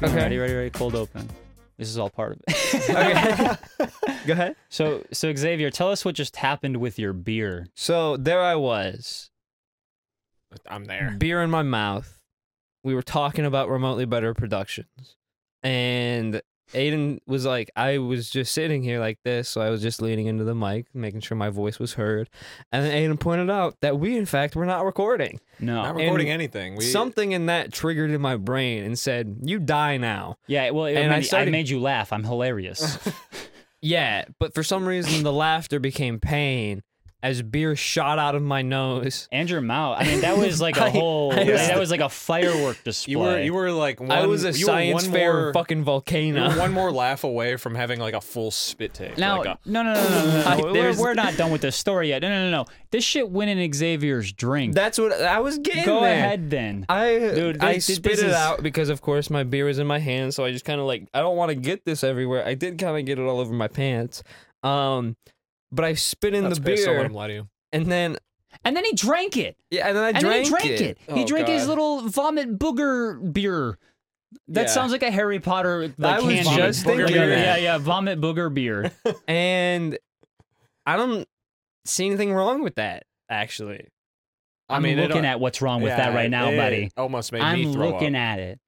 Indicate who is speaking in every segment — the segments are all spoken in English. Speaker 1: Uh, ready, ready, ready. Cold open. This is all part of it. Okay.
Speaker 2: Go ahead.
Speaker 1: so, so Xavier, tell us what just happened with your beer.
Speaker 2: So there I was,
Speaker 3: I'm there.
Speaker 2: beer in my mouth. We were talking about remotely better productions, and Aiden was like, I was just sitting here like this, so I was just leaning into the mic, making sure my voice was heard. And then Aiden pointed out that we, in fact, were not recording.
Speaker 1: No.
Speaker 3: Not recording
Speaker 2: and
Speaker 3: anything. We,
Speaker 2: Something in that triggered in my brain and said, "You die now."
Speaker 1: yeah. Well, I,
Speaker 2: And I
Speaker 1: mean, I,
Speaker 2: started-
Speaker 1: made you laugh. I'm hilarious.
Speaker 2: Yeah, but for some reason the laughter became pain as beer shot out of my nose.
Speaker 1: and your mouth. I mean, that was like a
Speaker 2: I-
Speaker 1: whole.
Speaker 2: I was-
Speaker 1: that was like a firework display.
Speaker 3: you were you were like one,
Speaker 2: I was a
Speaker 3: you were
Speaker 2: science
Speaker 3: one
Speaker 2: fair
Speaker 3: more,
Speaker 2: fucking
Speaker 3: you were
Speaker 2: volcano.
Speaker 3: one more laugh away from having like a full spit take.
Speaker 1: Now,
Speaker 3: like uh, a,
Speaker 1: no, no, no, no, no, no,
Speaker 2: I-
Speaker 1: no. we're,
Speaker 2: there's-
Speaker 1: we're not done with this story yet. No, no, no, no. This shit went in Xavier's drink.
Speaker 2: That's what I was getting.
Speaker 1: Go
Speaker 2: there.
Speaker 1: ahead then.
Speaker 2: I
Speaker 1: Dude,
Speaker 2: I
Speaker 1: this- this
Speaker 2: spit it
Speaker 1: is-
Speaker 2: out because of course my beer was in my hand, so I just kind of like I don't want to get this everywhere. I did kind of get it all over my pants, um, but I spit in
Speaker 3: that's
Speaker 2: the
Speaker 3: pissed, Don't let
Speaker 2: beer
Speaker 3: him lie to you.
Speaker 2: and then
Speaker 1: and then he drank it.
Speaker 2: yeah, and then I
Speaker 1: and
Speaker 2: drank,
Speaker 1: then he drank it. he
Speaker 3: Oh,
Speaker 1: drank his
Speaker 3: God.
Speaker 1: little vomit booger beer. That
Speaker 3: Yeah.
Speaker 1: sounds like a Harry Potter. Like,
Speaker 2: I was
Speaker 1: hand
Speaker 2: just
Speaker 1: job.
Speaker 2: thinking
Speaker 1: yeah,
Speaker 2: that.
Speaker 1: yeah, yeah, vomit booger beer.
Speaker 2: and I don't see anything wrong with that actually.
Speaker 1: I'm
Speaker 3: mean, it-
Speaker 1: looking at what's wrong with that
Speaker 3: Yeah,
Speaker 1: right now,
Speaker 3: it
Speaker 1: buddy.
Speaker 3: Almost made
Speaker 1: I'm
Speaker 3: me throw
Speaker 1: looking
Speaker 3: up.
Speaker 1: at it.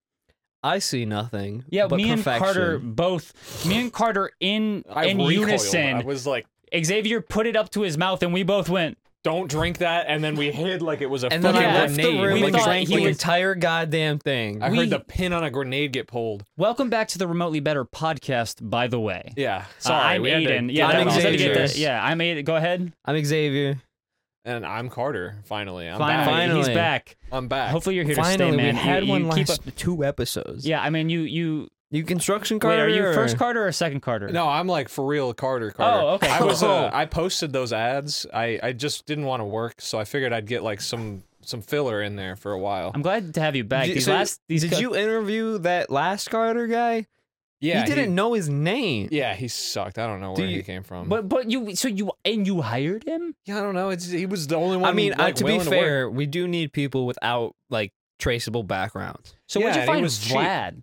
Speaker 2: I see nothing.
Speaker 1: Yeah,
Speaker 2: but
Speaker 1: me
Speaker 2: perfection.
Speaker 1: and Carter both. Me and Carter in
Speaker 3: I
Speaker 1: in
Speaker 3: recoiled. I
Speaker 1: unison.
Speaker 3: was like,
Speaker 1: Xavier put it up to his mouth, and we both went.
Speaker 3: "Don't drink that," and then we hid like it was a
Speaker 2: And then
Speaker 3: fucking
Speaker 2: I
Speaker 1: Yeah.
Speaker 2: left the
Speaker 3: grenade.
Speaker 2: room
Speaker 1: We
Speaker 2: and
Speaker 1: thought
Speaker 2: drank
Speaker 1: he
Speaker 2: the
Speaker 1: was-
Speaker 2: entire goddamn thing.
Speaker 3: I
Speaker 1: We-
Speaker 3: heard the pin on a grenade get pulled.
Speaker 1: Welcome back to the remotely better podcast. By the way,
Speaker 3: Yeah,
Speaker 1: Uh,
Speaker 3: sorry.
Speaker 1: I'm
Speaker 3: we had
Speaker 1: Aiden.
Speaker 3: To,
Speaker 1: yeah,
Speaker 2: I'm
Speaker 1: that was-
Speaker 3: was
Speaker 1: let me get
Speaker 2: Xavier.
Speaker 1: that- yeah, I'm Aiden. Go ahead.
Speaker 2: I'm Xavier.
Speaker 3: And I'm Carter. Finally, I'm
Speaker 1: Finally,
Speaker 3: back.
Speaker 1: he's
Speaker 2: Finally.
Speaker 1: back.
Speaker 3: I'm back.
Speaker 1: Hopefully, you're here to
Speaker 2: Finally,
Speaker 1: stay, man.
Speaker 2: we had
Speaker 1: you,
Speaker 2: one
Speaker 1: you
Speaker 2: last
Speaker 1: keep up-
Speaker 2: two episodes.
Speaker 1: Yeah, I mean, you you
Speaker 2: You construction Carter.
Speaker 1: Wait, are you first
Speaker 2: or-
Speaker 1: Carter or second Carter?
Speaker 3: No, I'm like for real, Carter. Carter.
Speaker 1: Oh, okay.
Speaker 3: I was.
Speaker 1: Cool.
Speaker 3: Uh, I posted those ads. I I just didn't want to work, so I figured I'd get like some some filler in there for a while.
Speaker 2: Um,
Speaker 1: I'm glad to have you back.
Speaker 2: Did-
Speaker 1: These
Speaker 2: so
Speaker 1: last these
Speaker 2: Did
Speaker 1: co-
Speaker 2: you interview that last Carter guy?
Speaker 3: yeah,
Speaker 2: he didn't know his name.
Speaker 3: yeah, he sucked. I don't know
Speaker 2: Do
Speaker 3: where
Speaker 2: you-
Speaker 3: he came from.
Speaker 1: But but you so you and you hired him?
Speaker 3: yeah, I don't know. It's he was the only one.
Speaker 2: I mean, uh,
Speaker 3: like,
Speaker 2: to be
Speaker 3: willing work.
Speaker 2: fair, we do need people without like traceable backgrounds.
Speaker 1: So
Speaker 3: Yeah,
Speaker 1: where'd you
Speaker 3: and he
Speaker 1: find
Speaker 3: was cheap.
Speaker 1: Vlad?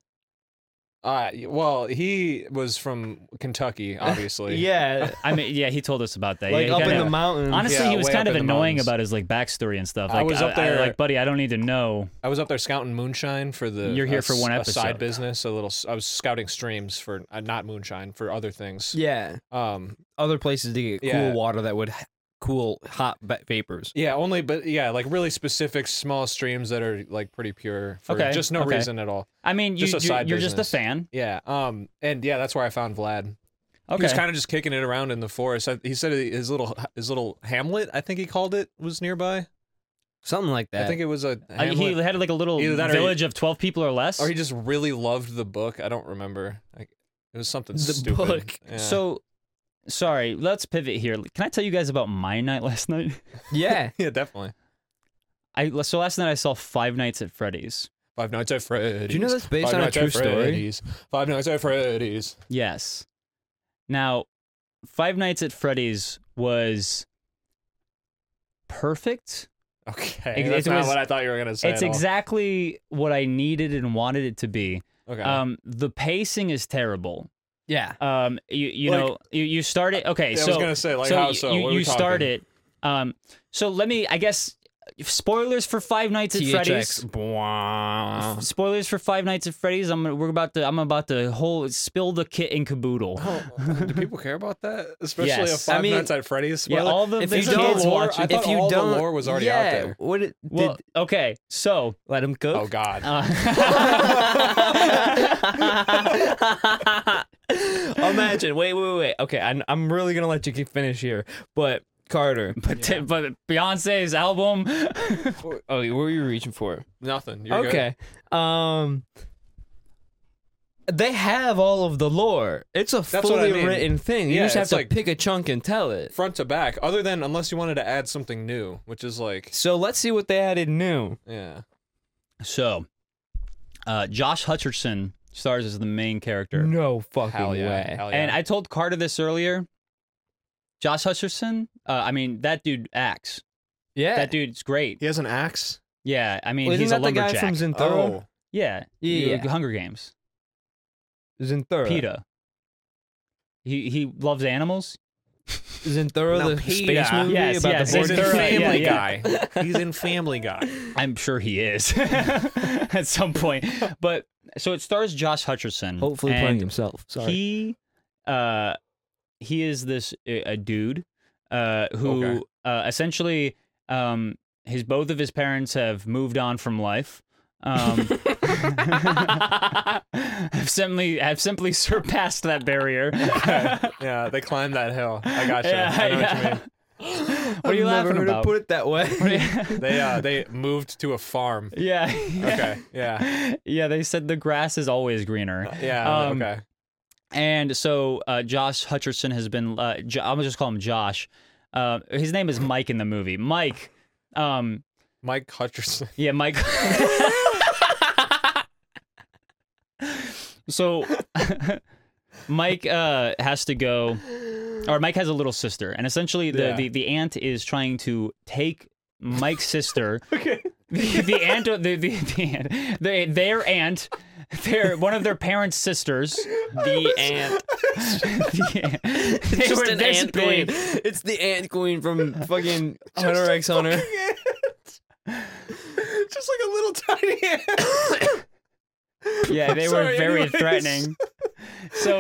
Speaker 3: Uh, well, he was from Kentucky, obviously.
Speaker 2: Yeah,
Speaker 1: I mean, yeah, he told us about that.
Speaker 2: like
Speaker 1: yeah, he
Speaker 2: up
Speaker 1: kinda-
Speaker 2: in the mountains.
Speaker 1: Honestly,
Speaker 3: Yeah,
Speaker 1: he was
Speaker 3: way
Speaker 1: kind
Speaker 3: up
Speaker 1: of
Speaker 3: in the
Speaker 1: annoying
Speaker 3: mountains.
Speaker 1: about his like backstory and stuff.
Speaker 3: I
Speaker 1: Like,
Speaker 3: was up there-
Speaker 1: like, buddy, I don't need to know.
Speaker 3: I was up there scouting moonshine for the.
Speaker 1: You're here
Speaker 3: a
Speaker 1: for
Speaker 3: s-
Speaker 1: one
Speaker 3: a
Speaker 1: episode.
Speaker 3: side business, a little. s- I was scouting streams for uh, not moonshine for other things.
Speaker 2: yeah,
Speaker 3: Um,
Speaker 2: other places to get cool
Speaker 3: Yeah.
Speaker 2: water that would h- cool hot ba- vapors.
Speaker 3: Yeah, only but yeah, like really specific small streams that are like pretty pure for
Speaker 1: Okay,
Speaker 3: just no
Speaker 1: okay.
Speaker 3: reason at all.
Speaker 1: I mean, you,
Speaker 3: Just a
Speaker 1: you're,
Speaker 3: side
Speaker 1: you're just a
Speaker 3: business.
Speaker 1: fan.
Speaker 3: Yeah. Um and yeah, that's where I found Vlad. He
Speaker 1: Okay.
Speaker 3: was kind of just kicking it around in the forest. I, he said his little his little hamlet, I think he called it, was nearby.
Speaker 2: Something like that.
Speaker 3: I think it was a
Speaker 1: Uh, he
Speaker 3: hamlet.
Speaker 1: had like a little
Speaker 3: Either that or he-
Speaker 1: village of twelve people or less.
Speaker 3: or he just really loved the book. I don't remember. Like it was something
Speaker 2: The
Speaker 3: stupid.
Speaker 2: book.
Speaker 3: Yeah.
Speaker 1: So, sorry, let's pivot here. Can I tell you guys about my night last night?
Speaker 2: yeah.
Speaker 3: yeah, definitely.
Speaker 1: I so last night I saw Five Nights at Freddy's.
Speaker 3: Five Nights at Freddy's.
Speaker 2: Do you know that's based
Speaker 3: Five
Speaker 2: on a
Speaker 3: Nights
Speaker 2: true
Speaker 3: at
Speaker 2: story?
Speaker 3: Freddy's. Five Nights at Freddy's.
Speaker 1: Yes. Now, Five Nights at Freddy's was perfect.
Speaker 3: Okay.
Speaker 1: It-
Speaker 3: that's
Speaker 1: it
Speaker 3: not
Speaker 1: was-
Speaker 3: what I thought you were gonna say.
Speaker 1: it's
Speaker 3: at all.
Speaker 1: exactly what I needed and wanted it to be.
Speaker 3: Okay.
Speaker 2: uh,
Speaker 1: Um, the pacing is terrible.
Speaker 2: Yeah.
Speaker 1: Um, you you
Speaker 3: Like-
Speaker 1: know you, you start it okay.
Speaker 3: Yeah,
Speaker 1: so
Speaker 3: I was gonna say like
Speaker 1: so
Speaker 3: how
Speaker 1: you-
Speaker 3: so
Speaker 1: you,
Speaker 3: What are we
Speaker 1: you start
Speaker 3: talking?
Speaker 1: it. Um, so let me I guess spoilers for Five Nights at Freddy's.
Speaker 3: Uh-huh.
Speaker 2: Bwah.
Speaker 1: Spoilers for Five Nights at Freddy's. I'm we're about to I'm about to whole spill the kit and caboodle.
Speaker 3: Oh, do people care about that? Especially
Speaker 1: Yes.
Speaker 3: a Five
Speaker 2: I mean,
Speaker 3: Nights at Freddy's
Speaker 1: Yeah,
Speaker 3: spoiler.
Speaker 1: all the
Speaker 2: if
Speaker 1: there's
Speaker 2: you don't
Speaker 1: kids
Speaker 3: lore,
Speaker 1: watching.
Speaker 3: I thought
Speaker 2: if you
Speaker 3: all the
Speaker 2: don't,
Speaker 3: lore was already
Speaker 2: yeah,
Speaker 3: out there.
Speaker 2: What it, did,
Speaker 1: Well, okay, so
Speaker 2: let him cook.
Speaker 3: oh God.
Speaker 1: uh,
Speaker 2: Imagine. Wait, wait, wait. Okay, I'm, I'm really gonna let you keep finish here, but Carter.
Speaker 1: but t- but Beyonce's album.
Speaker 2: Oh, what were you reaching for?
Speaker 3: Nothing. You're good.
Speaker 2: okay. Um. They have all of the lore. It's a
Speaker 3: That's what I
Speaker 2: fully
Speaker 3: mean.
Speaker 2: written thing. You
Speaker 3: Yeah,
Speaker 2: just have
Speaker 3: it's
Speaker 2: to
Speaker 3: like-
Speaker 2: pick a chunk and tell it.
Speaker 3: Front to back. Other than unless you wanted to add something new, which is like
Speaker 2: So let's see what they added new.
Speaker 3: yeah.
Speaker 1: So, uh, Josh Hutcherson stars as the main character,
Speaker 2: No fucking
Speaker 3: Hell yeah.
Speaker 2: way.
Speaker 3: Hell yeah.
Speaker 1: and I told Carter this earlier. Josh Hutcherson, uh, I mean that dude acts.
Speaker 2: Yeah.
Speaker 1: That dude's great.
Speaker 3: he has an axe.
Speaker 1: Yeah, I mean
Speaker 2: Well, isn't
Speaker 1: he's a
Speaker 2: that the
Speaker 1: lumberjack.
Speaker 2: guy from Zintoro?
Speaker 3: Oh.
Speaker 1: yeah,
Speaker 2: Yeah.
Speaker 1: Hunger Games.
Speaker 2: Zinthura.
Speaker 1: PETA. He he loves animals.
Speaker 2: Zinthura,
Speaker 3: No,
Speaker 2: the
Speaker 3: PETA.
Speaker 2: space movie
Speaker 1: Yes,
Speaker 2: about
Speaker 1: yes,
Speaker 2: the
Speaker 3: He's
Speaker 2: board
Speaker 3: in
Speaker 1: Zinthura,
Speaker 2: game?
Speaker 3: Family
Speaker 1: yeah,
Speaker 3: Guy. He's in Family Guy.
Speaker 1: I'm sure he is at some point. But so it stars Josh Hutcherson.
Speaker 2: Hopefully playing
Speaker 1: and
Speaker 2: himself. Sorry.
Speaker 1: He uh he is this a, a dude uh who
Speaker 3: Okay.
Speaker 1: uh essentially um his both of his parents have moved on from life. Um have simply have simply surpassed that barrier.
Speaker 3: Yeah, they climbed that hill. I got you.
Speaker 1: Yeah,
Speaker 3: I know what
Speaker 1: yeah.
Speaker 3: you mean.
Speaker 1: What are you
Speaker 2: I've
Speaker 1: laughing
Speaker 2: never heard it
Speaker 1: about?
Speaker 2: put it that way.
Speaker 3: They uh, they moved to a farm.
Speaker 1: yeah. yeah.
Speaker 3: Okay. Yeah.
Speaker 1: Yeah, they said the grass is always greener.
Speaker 3: Yeah.
Speaker 1: Um,
Speaker 3: okay.
Speaker 1: And so uh, Josh Hutcherson has been, uh, J- I'm going to just call him Josh. Uh, his name is Mike in the movie. Mike, um,
Speaker 3: Mike Hutcherson.
Speaker 1: yeah, Mike. so Mike uh, has to go, or Mike has a little sister. And essentially, the,
Speaker 3: Yeah.
Speaker 1: the, the aunt is trying to take Mike's sister
Speaker 3: Okay.
Speaker 1: the, the aunt, the, the, the aunt, they, their aunt, their one of their parents' sisters,
Speaker 2: the ant.
Speaker 1: the aunt, they
Speaker 2: It's
Speaker 1: were
Speaker 2: just an
Speaker 1: this
Speaker 2: ant
Speaker 1: big.
Speaker 2: queen. It's the ant queen from fucking Hunter X Hunter.
Speaker 3: Just like a little tiny ant.
Speaker 1: Yeah, they were
Speaker 3: sorry,
Speaker 1: very
Speaker 3: anyways.
Speaker 1: theatening. So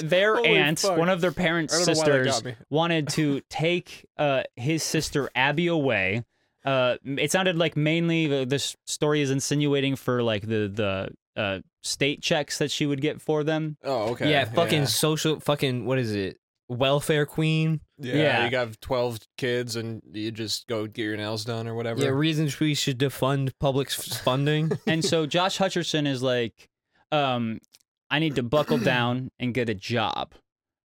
Speaker 1: th- their
Speaker 3: holy
Speaker 1: aunt,
Speaker 3: fuck.
Speaker 1: one of their parents'
Speaker 3: I don't know why that got
Speaker 1: sisters,
Speaker 3: me.
Speaker 1: wanted to take uh, his sister Abby away. Uh, it sounded like mainly the, this story is insinuating for like the the uh, state checks that she would get for them.
Speaker 3: Oh, okay.
Speaker 2: Yeah, fucking social, fucking what is it? Welfare queen.
Speaker 3: Yeah.
Speaker 1: Yeah.
Speaker 3: You got twelve kids, and you just go get your nails done or whatever.
Speaker 2: Yeah, reasons we should defund public s- funding.
Speaker 1: and so Josh Hutcherson is like, um, I need to buckle down and get a job.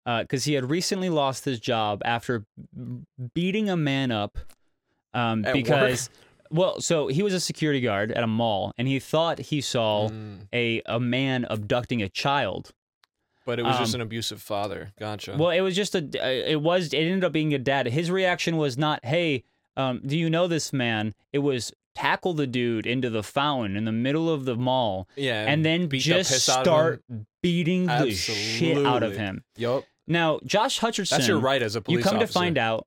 Speaker 1: Because he had recently lost his job after b- beating a man up. Um,
Speaker 3: At work?
Speaker 1: because, well, so he was a security guard at a mall and he thought he saw
Speaker 3: Mm,
Speaker 1: a, a man abducting a child.
Speaker 3: but it was just
Speaker 1: um,
Speaker 3: an abusive father. Gotcha.
Speaker 1: Well, it was just a, it was, it ended up being a dad. His reaction was not, hey, um, do you know this man? It was tackle the dude into the fountain in the middle of the mall
Speaker 3: yeah.
Speaker 1: and then
Speaker 3: beat the
Speaker 1: just
Speaker 3: piss out of
Speaker 1: start beating the shit out of
Speaker 3: Absolutely.
Speaker 1: him.
Speaker 3: yup.
Speaker 1: Now, Josh Hutcherson,
Speaker 3: That's your right as a
Speaker 1: you
Speaker 3: police
Speaker 1: come to
Speaker 3: officer.
Speaker 1: find out,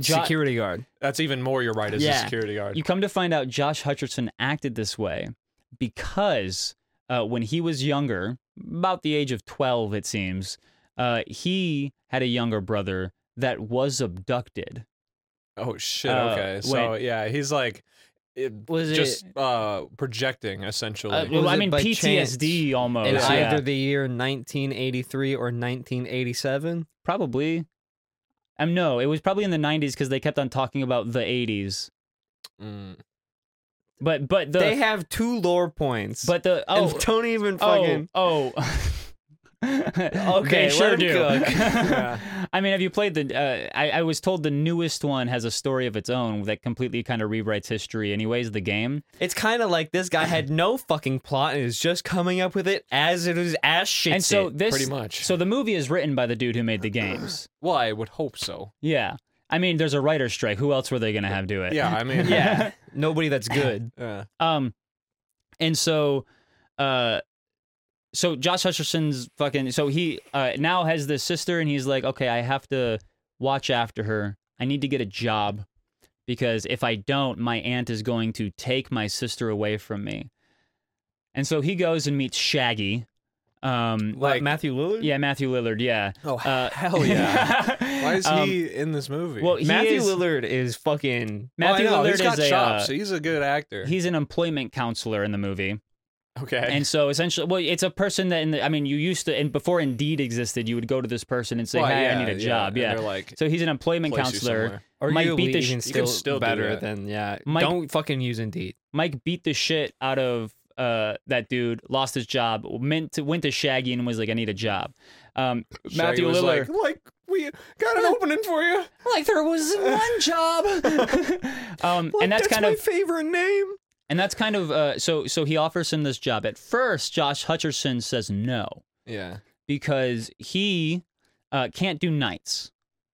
Speaker 1: Jo-
Speaker 2: Security guard.
Speaker 3: That's even more your right as a
Speaker 2: Yeah.
Speaker 3: security guard.
Speaker 1: you come to find out, Josh Hutcherson acted this way because uh, when he was younger, about the age of twelve, it seems, uh, he had a younger brother that was abducted.
Speaker 3: oh shit.
Speaker 1: uh,
Speaker 3: Okay. so
Speaker 1: wait.
Speaker 3: yeah, he's like. It,
Speaker 2: Was it-
Speaker 3: just uh, projecting essentially?
Speaker 2: Uh,
Speaker 1: Well,
Speaker 2: Was
Speaker 1: I
Speaker 2: it
Speaker 1: mean
Speaker 2: by
Speaker 1: PTSD almost.
Speaker 2: in
Speaker 1: Oh, yeah.
Speaker 2: either the year 1983 or 1987.
Speaker 1: probably. Um, no, it was probably in the '90s because they kept on talking about the '80s.
Speaker 3: Mm.
Speaker 1: But but the
Speaker 2: they have two lore points.
Speaker 1: but the oh
Speaker 2: and don't even
Speaker 1: Oh,
Speaker 2: fucking.
Speaker 1: Oh.
Speaker 2: Okay,
Speaker 1: okay,
Speaker 2: let
Speaker 1: sure
Speaker 2: him
Speaker 1: do.
Speaker 2: cook.
Speaker 3: Yeah.
Speaker 1: I mean, have you played the? Uh, I, I was told the newest one has a story of its own that completely kind of rewrites history. Anyways, the game.
Speaker 2: It's kind of like this guy had no fucking plot and is just coming up with it as it is as shit.
Speaker 1: and so this,
Speaker 3: pretty much.
Speaker 1: so the movie is written by the dude who made the games.
Speaker 3: Well, I would hope so.
Speaker 1: Yeah, I mean, there's a writer's strike. Who else were they gonna have do it?
Speaker 3: Yeah, I mean,
Speaker 2: yeah, nobody that's good.
Speaker 3: uh,
Speaker 1: Um, and so, uh, so Josh Hutcherson's fucking. So he uh, now has this sister, and he's like, okay, I have to watch after her. I need to get a job because if I don't, my aunt is going to take my sister away from me. And so he goes and meets Shaggy. Um,
Speaker 2: What,
Speaker 3: Like-
Speaker 2: Matthew Lillard.
Speaker 1: yeah, Matthew Lillard. Yeah.
Speaker 3: oh
Speaker 1: Uh, Um,
Speaker 3: hell yeah! Why is he in this movie?
Speaker 1: well, he
Speaker 2: Matthew
Speaker 1: is-
Speaker 2: Lillard is fucking.
Speaker 1: Matthew
Speaker 3: oh, I know,
Speaker 1: Lillard
Speaker 3: he's got
Speaker 1: is a,
Speaker 3: chops.
Speaker 1: uh,
Speaker 3: he's a good actor.
Speaker 1: He's an employment counselor in the movie.
Speaker 3: okay.
Speaker 1: And so essentially, well, it's a person that, in the, I mean, you used to, and before Indeed existed, you would go to this person and say,
Speaker 3: Well,
Speaker 1: "Hey,
Speaker 3: yeah,
Speaker 1: I need a
Speaker 3: yeah,
Speaker 1: job."
Speaker 3: and
Speaker 1: Yeah.
Speaker 3: they're like,
Speaker 1: so he's an employment
Speaker 3: place you
Speaker 1: counselor.
Speaker 3: somewhere.
Speaker 2: Or
Speaker 1: Might beat the
Speaker 2: even
Speaker 1: sh-
Speaker 2: still,
Speaker 3: You can still do
Speaker 2: better
Speaker 3: that.
Speaker 2: than yeah.
Speaker 1: Mike-
Speaker 2: Don't fucking use Indeed.
Speaker 1: Mike beat the shit out of uh, that dude, lost his job, meant to, went to Shaggy and was like, "I need a job." Um,
Speaker 3: Shaggy
Speaker 1: Matthew
Speaker 3: was
Speaker 1: Lillard,
Speaker 3: like, like we got an opening for you.
Speaker 1: like there was one job. um,
Speaker 2: Like,
Speaker 1: and that's, kind
Speaker 2: my
Speaker 1: of
Speaker 2: favorite name.
Speaker 1: and that's kind of uh, so so he offers him this job. At first, Josh Hutcherson says no.
Speaker 3: Yeah.
Speaker 1: because he uh, can't do nights.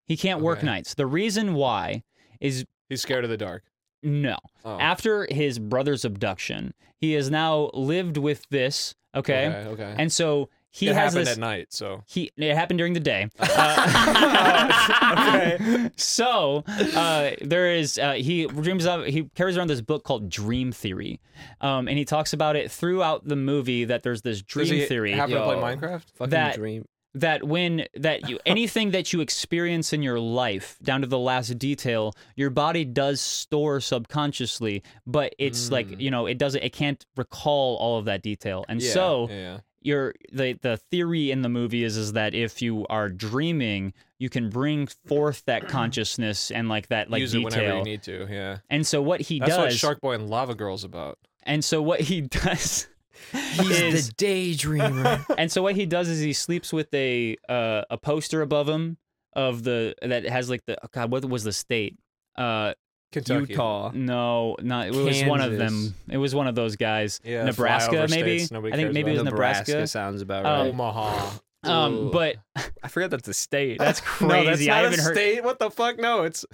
Speaker 1: He can't work
Speaker 3: Okay.
Speaker 1: nights. The reason why is
Speaker 3: He's scared of the dark.
Speaker 1: no.
Speaker 3: Oh.
Speaker 1: After his brother's abduction, he has now lived with this, okay?
Speaker 3: Okay. okay.
Speaker 1: And so he
Speaker 3: it
Speaker 1: has
Speaker 3: happened
Speaker 1: this.
Speaker 3: at night, so
Speaker 1: He it happened during the day. Uh, So uh, there is uh, he dreams of he carries around this book called Dream Theory, um, and he talks about it throughout the movie that there's this
Speaker 3: Does
Speaker 1: dream
Speaker 3: he
Speaker 1: theory
Speaker 3: Happen to play
Speaker 2: Yo.
Speaker 3: Minecraft?
Speaker 2: Fucking
Speaker 1: That-
Speaker 2: dream.
Speaker 1: that when that you anything that you experience in your life down to the last detail your body does store subconsciously but it's like
Speaker 3: Mm.
Speaker 1: you know it doesn't it can't recall all of that detail and
Speaker 3: yeah,
Speaker 1: so
Speaker 3: yeah.
Speaker 1: your the the theory in the movie is is that if you are dreaming you can bring forth that consciousness and like that like
Speaker 3: use it whenever
Speaker 1: detail
Speaker 3: you need to. Yeah,
Speaker 1: and so what he
Speaker 3: that's what
Speaker 1: does
Speaker 3: Shark Boy and Lava Girl's about.
Speaker 1: and so what he does
Speaker 2: He's
Speaker 1: is-
Speaker 2: the daydreamer.
Speaker 1: and so what he does is he sleeps with a uh, a poster above him of the that has like the oh God what was the state uh
Speaker 3: Kentucky,
Speaker 2: Utah.
Speaker 1: no not it was one of them
Speaker 2: Kansas.
Speaker 1: it was one of those guys
Speaker 3: Yeah,
Speaker 1: Nebraska
Speaker 3: flyover
Speaker 1: maybe
Speaker 3: states nobody
Speaker 1: I think
Speaker 3: cares
Speaker 1: maybe it was
Speaker 3: about.
Speaker 1: Nebraska,
Speaker 2: sounds about
Speaker 1: Um,
Speaker 2: right.
Speaker 3: Omaha.
Speaker 1: um
Speaker 2: Ooh.
Speaker 1: but
Speaker 2: I forget that's a state.
Speaker 1: that's crazy
Speaker 3: No, that's
Speaker 1: I
Speaker 3: not
Speaker 1: haven't
Speaker 3: a
Speaker 1: heard Oh,
Speaker 3: state. What the fuck? No, it's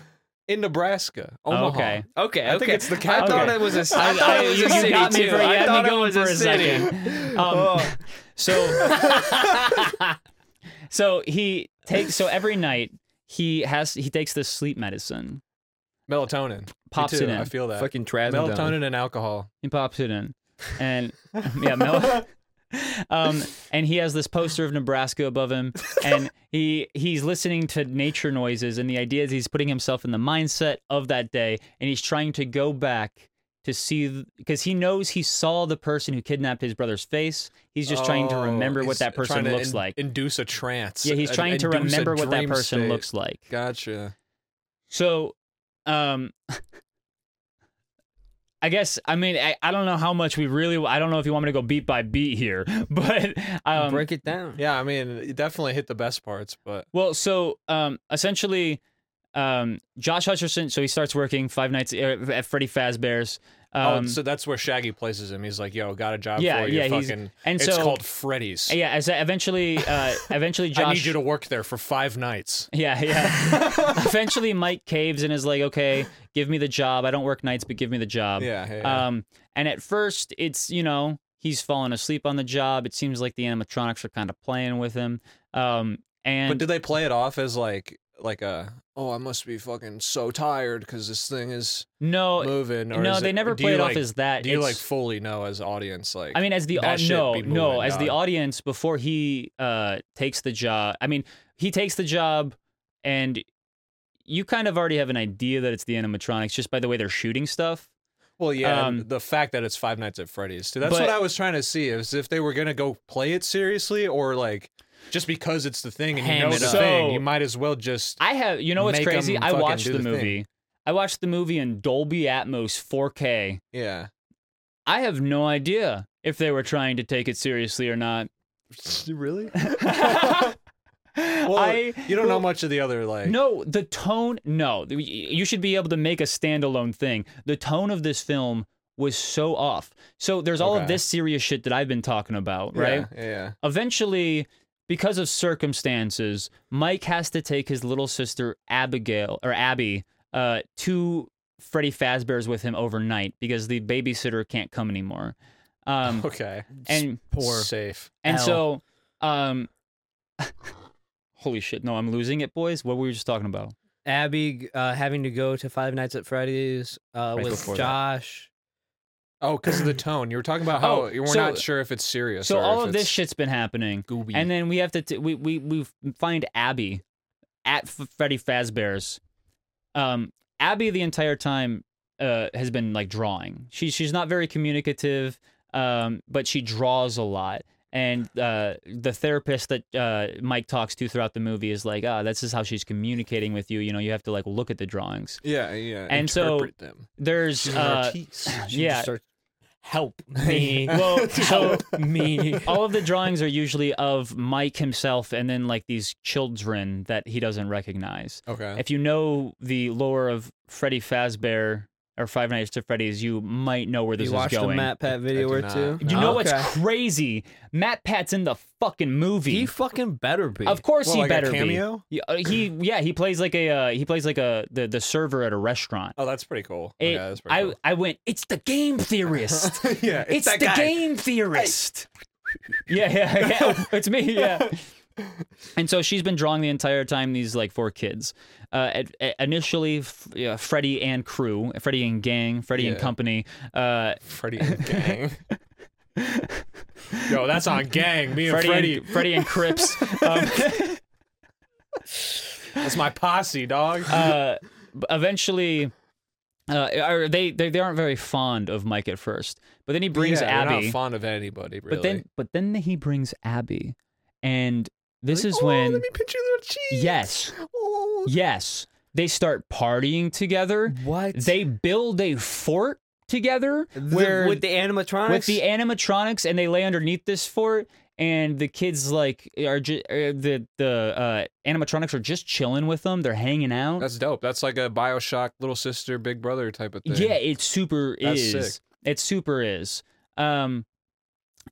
Speaker 3: in Nebraska. Omaha.
Speaker 1: okay
Speaker 2: okay.
Speaker 3: I think
Speaker 2: okay.
Speaker 3: it's the
Speaker 2: I
Speaker 3: capital.
Speaker 2: thought it was a.
Speaker 1: I-
Speaker 2: I thought
Speaker 1: I-
Speaker 2: it was
Speaker 1: you
Speaker 2: a city
Speaker 1: got me
Speaker 2: too.
Speaker 1: for- you
Speaker 2: I
Speaker 1: had
Speaker 2: thought
Speaker 1: me
Speaker 2: it
Speaker 1: going
Speaker 2: was
Speaker 1: for a
Speaker 2: city.
Speaker 1: second. Um,
Speaker 3: Oh.
Speaker 1: So, so he takes. So every night he has he takes this sleep medicine.
Speaker 3: Melatonin. Me
Speaker 1: Pops
Speaker 3: too,
Speaker 1: it in.
Speaker 3: I feel that.
Speaker 2: Fucking tramadol.
Speaker 3: Melatonin and alcohol.
Speaker 1: He pops it in, and yeah, Mel. Um, and he has this poster of Nebraska above him, and he he's listening to nature noises, and the idea is he's putting himself in the mindset of that day, and he's trying to go back to see because he knows he saw the person who kidnapped his brother's face. He's just trying to
Speaker 3: Oh,
Speaker 1: remember what
Speaker 3: he's
Speaker 1: that person
Speaker 3: trying to
Speaker 1: looks
Speaker 3: in-
Speaker 1: like.
Speaker 3: Induce a trance.
Speaker 1: Yeah, he's
Speaker 3: uh,
Speaker 1: trying to
Speaker 3: induce a
Speaker 1: remember what that
Speaker 3: dream
Speaker 1: person
Speaker 3: state.
Speaker 1: looks like.
Speaker 3: Gotcha.
Speaker 1: So, um, I guess I mean I, I don't know how much we really I don't know if you want me to go beat by beat here, but um,
Speaker 2: Break it down.
Speaker 3: Yeah, I mean, it definitely hit the best parts, but
Speaker 1: well, so um, essentially, um, Josh Hutcherson. So he starts working Five Nights er, at Freddy Fazbear's. Um,
Speaker 3: oh, so that's where Shaggy places him. He's like, "Yo, got a job
Speaker 1: Yeah,
Speaker 3: for you."
Speaker 1: yeah, he's-
Speaker 3: fucking,
Speaker 1: and
Speaker 3: it's
Speaker 1: so-
Speaker 3: called Freddy's.
Speaker 1: yeah, as eventually, uh, eventually, Josh.
Speaker 3: I need you to work there for five nights.
Speaker 1: Yeah, yeah. Eventually, Mike caves and is like, "Okay, give me the job. I don't work nights, but give me the job."
Speaker 3: Yeah, yeah, yeah.
Speaker 1: Um, and at first, it's you know he's falling asleep on the job. It seems like the animatronics are kind of playing with him. Um,
Speaker 3: but
Speaker 1: and
Speaker 3: do they play it off as like like a oh I must be fucking so tired because this thing is
Speaker 1: no,
Speaker 3: moving? Or
Speaker 1: no,
Speaker 3: is
Speaker 1: they
Speaker 3: it-
Speaker 1: never
Speaker 3: do you,
Speaker 1: play it off
Speaker 3: like-
Speaker 1: as that.
Speaker 3: Do you
Speaker 1: It's-
Speaker 3: like fully know as audience like?
Speaker 1: I mean, as the
Speaker 3: that
Speaker 1: au-
Speaker 3: shit
Speaker 1: no,
Speaker 3: be
Speaker 1: no,
Speaker 3: moving,
Speaker 1: as the
Speaker 3: dog.
Speaker 1: audience before he uh takes the job. I mean, he takes the job, and you kind of already have an idea that it's the animatronics just by the way they're shooting stuff.
Speaker 3: well, yeah,
Speaker 1: um,
Speaker 3: and the fact that it's Five Nights at Freddy's. too. That's
Speaker 1: but-
Speaker 3: what I was trying to see is if they were gonna go play it seriously or like just because it's the thing and you
Speaker 2: Ham
Speaker 3: know
Speaker 2: it
Speaker 3: the
Speaker 1: up.
Speaker 3: thing,
Speaker 1: So-
Speaker 3: you might as well just
Speaker 1: I have. You know what's
Speaker 3: Make
Speaker 1: crazy?
Speaker 3: 'em
Speaker 1: I
Speaker 3: fucking
Speaker 1: watched
Speaker 3: do
Speaker 1: the
Speaker 3: the thing.
Speaker 1: movie. I watched the movie in Dolby Atmos 4K.
Speaker 3: yeah.
Speaker 1: I have no idea if they were trying to take it seriously or not.
Speaker 3: really? Well,
Speaker 1: I
Speaker 3: you don't know much of the other like.
Speaker 1: no the tone. No, Y- you should be able to make a standalone thing. The tone of this film was so off. So there's all of
Speaker 3: Okay.
Speaker 1: this serious shit that I've been talking about, right?
Speaker 3: Yeah. yeah.
Speaker 1: eventually because of circumstances mike has to take his little sister abigail or abby uh, to freddy fazbear's with him overnight because the babysitter can't come anymore um,
Speaker 3: Okay.
Speaker 1: and
Speaker 2: Poor.
Speaker 3: Safe.
Speaker 1: and
Speaker 2: L.
Speaker 1: so um, holy shit no i'm losing it boys what were we just talking about
Speaker 2: Abby uh, having to go to Five Nights at Freddy's uh,
Speaker 1: Right
Speaker 2: with
Speaker 1: before that.
Speaker 2: Josh.
Speaker 3: Oh, because of the tone. You were talking about how
Speaker 1: Oh,
Speaker 3: you we're
Speaker 1: so-
Speaker 3: not sure if it's serious.
Speaker 1: so
Speaker 3: or
Speaker 1: all
Speaker 3: if
Speaker 1: of this
Speaker 3: it's
Speaker 1: shit's been happening
Speaker 3: Gooby.
Speaker 1: And then we have to t- we we we find Abby at F- Freddy Fazbear's. Um, Abby the entire time uh, has been like drawing. She she's not very communicative, um, but she draws a lot. And uh, the therapist that uh, Mike talks to throughout the movie is like, ah, this is how she's communicating with you. You know, you have to like look at the drawings.
Speaker 3: yeah, yeah.
Speaker 1: and so-
Speaker 3: interpret them.
Speaker 1: There's
Speaker 3: She's an
Speaker 1: uh,
Speaker 3: artiste.
Speaker 2: She just
Speaker 1: yeah.
Speaker 2: starts, help me.
Speaker 1: Well, so
Speaker 2: help me.
Speaker 1: all of the drawings are usually of Mike himself, and then like these children that he doesn't recognize.
Speaker 3: Okay.
Speaker 1: If you know the lore of Freddy Fazbear or Five Nights at Freddy's, you might know where this
Speaker 2: you
Speaker 1: is
Speaker 2: watched
Speaker 1: going.
Speaker 2: a Matt Pat video
Speaker 3: I
Speaker 2: or
Speaker 3: did
Speaker 2: two?
Speaker 3: not.
Speaker 1: You know
Speaker 2: Okay.
Speaker 1: what's crazy? Matt Pat's in the fucking movie.
Speaker 2: He fucking better be.
Speaker 1: of course
Speaker 3: Well,
Speaker 1: he
Speaker 3: like a
Speaker 1: better
Speaker 3: cameo?
Speaker 1: be. Yeah, uh, He yeah he plays like a uh, he plays like a the, the server at a restaurant.
Speaker 3: Oh, that's pretty cool.
Speaker 1: It-
Speaker 3: yeah, that's pretty
Speaker 1: I I went. It's the game theorist.
Speaker 3: cool. yeah,
Speaker 1: it's
Speaker 3: that
Speaker 1: the
Speaker 3: guy.
Speaker 1: game theorist. yeah, yeah, yeah. It's me. Yeah. And so she's been drawing the entire time. These like four kids. Uh, at, at- initially, f- yeah, Freddie and crew, Freddie and gang, Freddie and
Speaker 3: Yeah.
Speaker 1: company. Uh,
Speaker 3: Freddy and gang. Yo, that's on gang. Me and
Speaker 1: Freddie,
Speaker 3: Freddy.
Speaker 1: and, Freddie and Crips. Um,
Speaker 3: That's my posse, dog.
Speaker 1: uh, b- eventually, uh, are they, they they aren't very fond of Mike at first, but then he brings
Speaker 3: yeah, We're
Speaker 1: Abby.
Speaker 3: not fond of anybody, really.
Speaker 1: But then but then he brings Abby, and this
Speaker 3: Like,
Speaker 1: is
Speaker 3: "Oh,
Speaker 1: when
Speaker 3: Let me pinch your little cheek.
Speaker 1: yes
Speaker 3: Oh.
Speaker 1: yes they start partying together.
Speaker 2: What?
Speaker 1: They build a fort together
Speaker 2: Th-
Speaker 1: where
Speaker 2: with the animatronics?
Speaker 1: with the animatronics and they lay underneath this fort and the kids like are ju- uh, the the uh, animatronics are just chilling with them they're hanging out
Speaker 3: That's dope. That's like a Bioshock little sister, big brother type of thing.
Speaker 1: yeah it super
Speaker 3: That's
Speaker 1: is
Speaker 3: sick.
Speaker 1: it super is um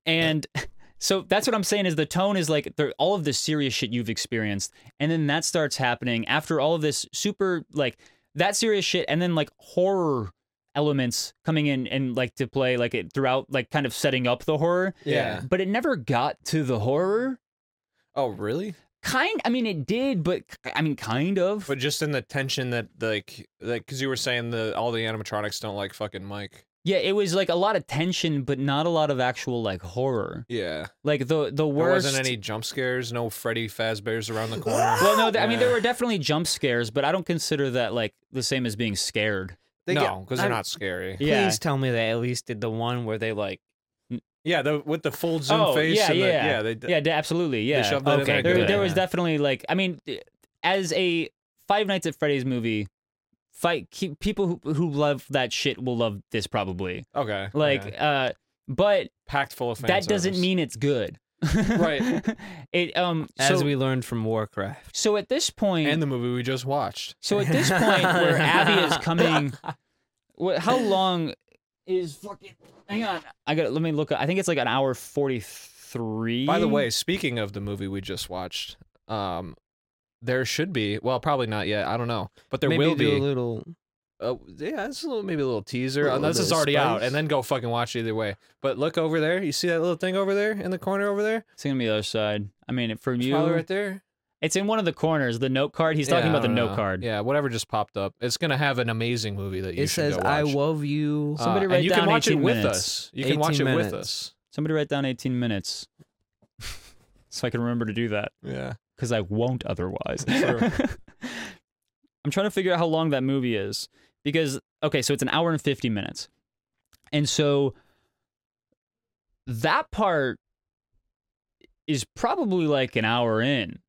Speaker 1: and so that's what i'm saying is the tone is like the- all of this serious shit you've experienced and then that starts happening after all of this super like that serious shit and then like horror elements coming in and like to play like it throughout like kind of setting up the horror
Speaker 3: Yeah.
Speaker 1: but it never got to the horror
Speaker 3: Oh, really?
Speaker 1: kind i mean it did but i mean kind of
Speaker 3: But just in the tension that, like, like, because you were saying the all the animatronics don't like fucking Mike.
Speaker 1: yeah it was like a lot of tension but not a lot of actual like horror
Speaker 3: Yeah.
Speaker 1: like the the
Speaker 3: There
Speaker 1: worst
Speaker 3: wasn't any jump scares. No Freddy Fazbear's around the corner.
Speaker 1: well no th- i mean there
Speaker 3: Yeah.
Speaker 1: were definitely jump scares but i don't consider that like the same as being scared
Speaker 2: They
Speaker 3: no,
Speaker 2: get-
Speaker 3: because they're
Speaker 2: I'm-
Speaker 3: not scary.
Speaker 2: Please
Speaker 1: yeah
Speaker 2: tell me they at least did the one where they like.
Speaker 3: Yeah, the with the full zoom
Speaker 1: Oh,
Speaker 3: face.
Speaker 1: yeah,
Speaker 3: and the,
Speaker 1: yeah.
Speaker 3: yeah. They, d-
Speaker 1: yeah d- absolutely yeah
Speaker 3: shoved that in
Speaker 2: Okay,
Speaker 3: there.
Speaker 1: there,
Speaker 2: good.
Speaker 1: there was
Speaker 2: Yeah.
Speaker 1: definitely like i mean th- as a five nights at freddy's movie fight keep, people who, who love that shit will love this probably
Speaker 3: Okay.
Speaker 1: like
Speaker 3: yeah.
Speaker 1: uh but
Speaker 3: packed full of. fan
Speaker 1: that doesn't
Speaker 3: service.
Speaker 1: mean it's good.
Speaker 3: Right.
Speaker 1: it um
Speaker 2: As
Speaker 1: so,
Speaker 2: we learned from Warcraft.
Speaker 1: so at this point
Speaker 3: And the movie we just watched.
Speaker 1: so at this point where Abby is coming wh- how long is fucking hang on. I got to let me look up. I think it's like an hour 43.
Speaker 3: By the way, speaking of the movie we just watched, um, there should be. Well, probably not yet. I don't know, but there
Speaker 2: Maybe
Speaker 3: will
Speaker 2: do
Speaker 3: be.
Speaker 2: a little.
Speaker 3: uh, yeah, it's a little maybe a little teaser.
Speaker 2: Little
Speaker 3: Unless
Speaker 2: bit
Speaker 3: it's
Speaker 2: of
Speaker 3: already out,
Speaker 2: spice.
Speaker 3: and then go fucking watch it either way. But look over there. You see that little thing over there in the corner over there?
Speaker 1: it's going to be the other side. I mean, for
Speaker 3: It's
Speaker 1: you
Speaker 3: probably right there.
Speaker 1: it's in one of the corners, the note card. He's talking
Speaker 3: Yeah, I
Speaker 1: about the
Speaker 3: don't
Speaker 1: note
Speaker 3: know.
Speaker 1: card.
Speaker 3: Yeah, whatever just popped up. It's gonna have an amazing movie that you
Speaker 2: It
Speaker 3: should
Speaker 2: says,
Speaker 3: go
Speaker 2: "I
Speaker 3: watch.
Speaker 2: love you."
Speaker 3: Uh,
Speaker 1: Somebody
Speaker 3: and
Speaker 1: write
Speaker 3: you
Speaker 1: down
Speaker 3: can watch it
Speaker 1: 18
Speaker 3: with
Speaker 1: minutes.
Speaker 3: us. You can watch
Speaker 2: 18
Speaker 3: it with
Speaker 2: minutes.
Speaker 3: us.
Speaker 1: Somebody write down 18 minutes so I can remember to do that.
Speaker 3: Yeah.
Speaker 1: because I won't otherwise.
Speaker 3: Sure.
Speaker 1: I'm trying to figure out how long that movie is because okay, so it's an hour and 50 minutes. And so that part is probably like an hour in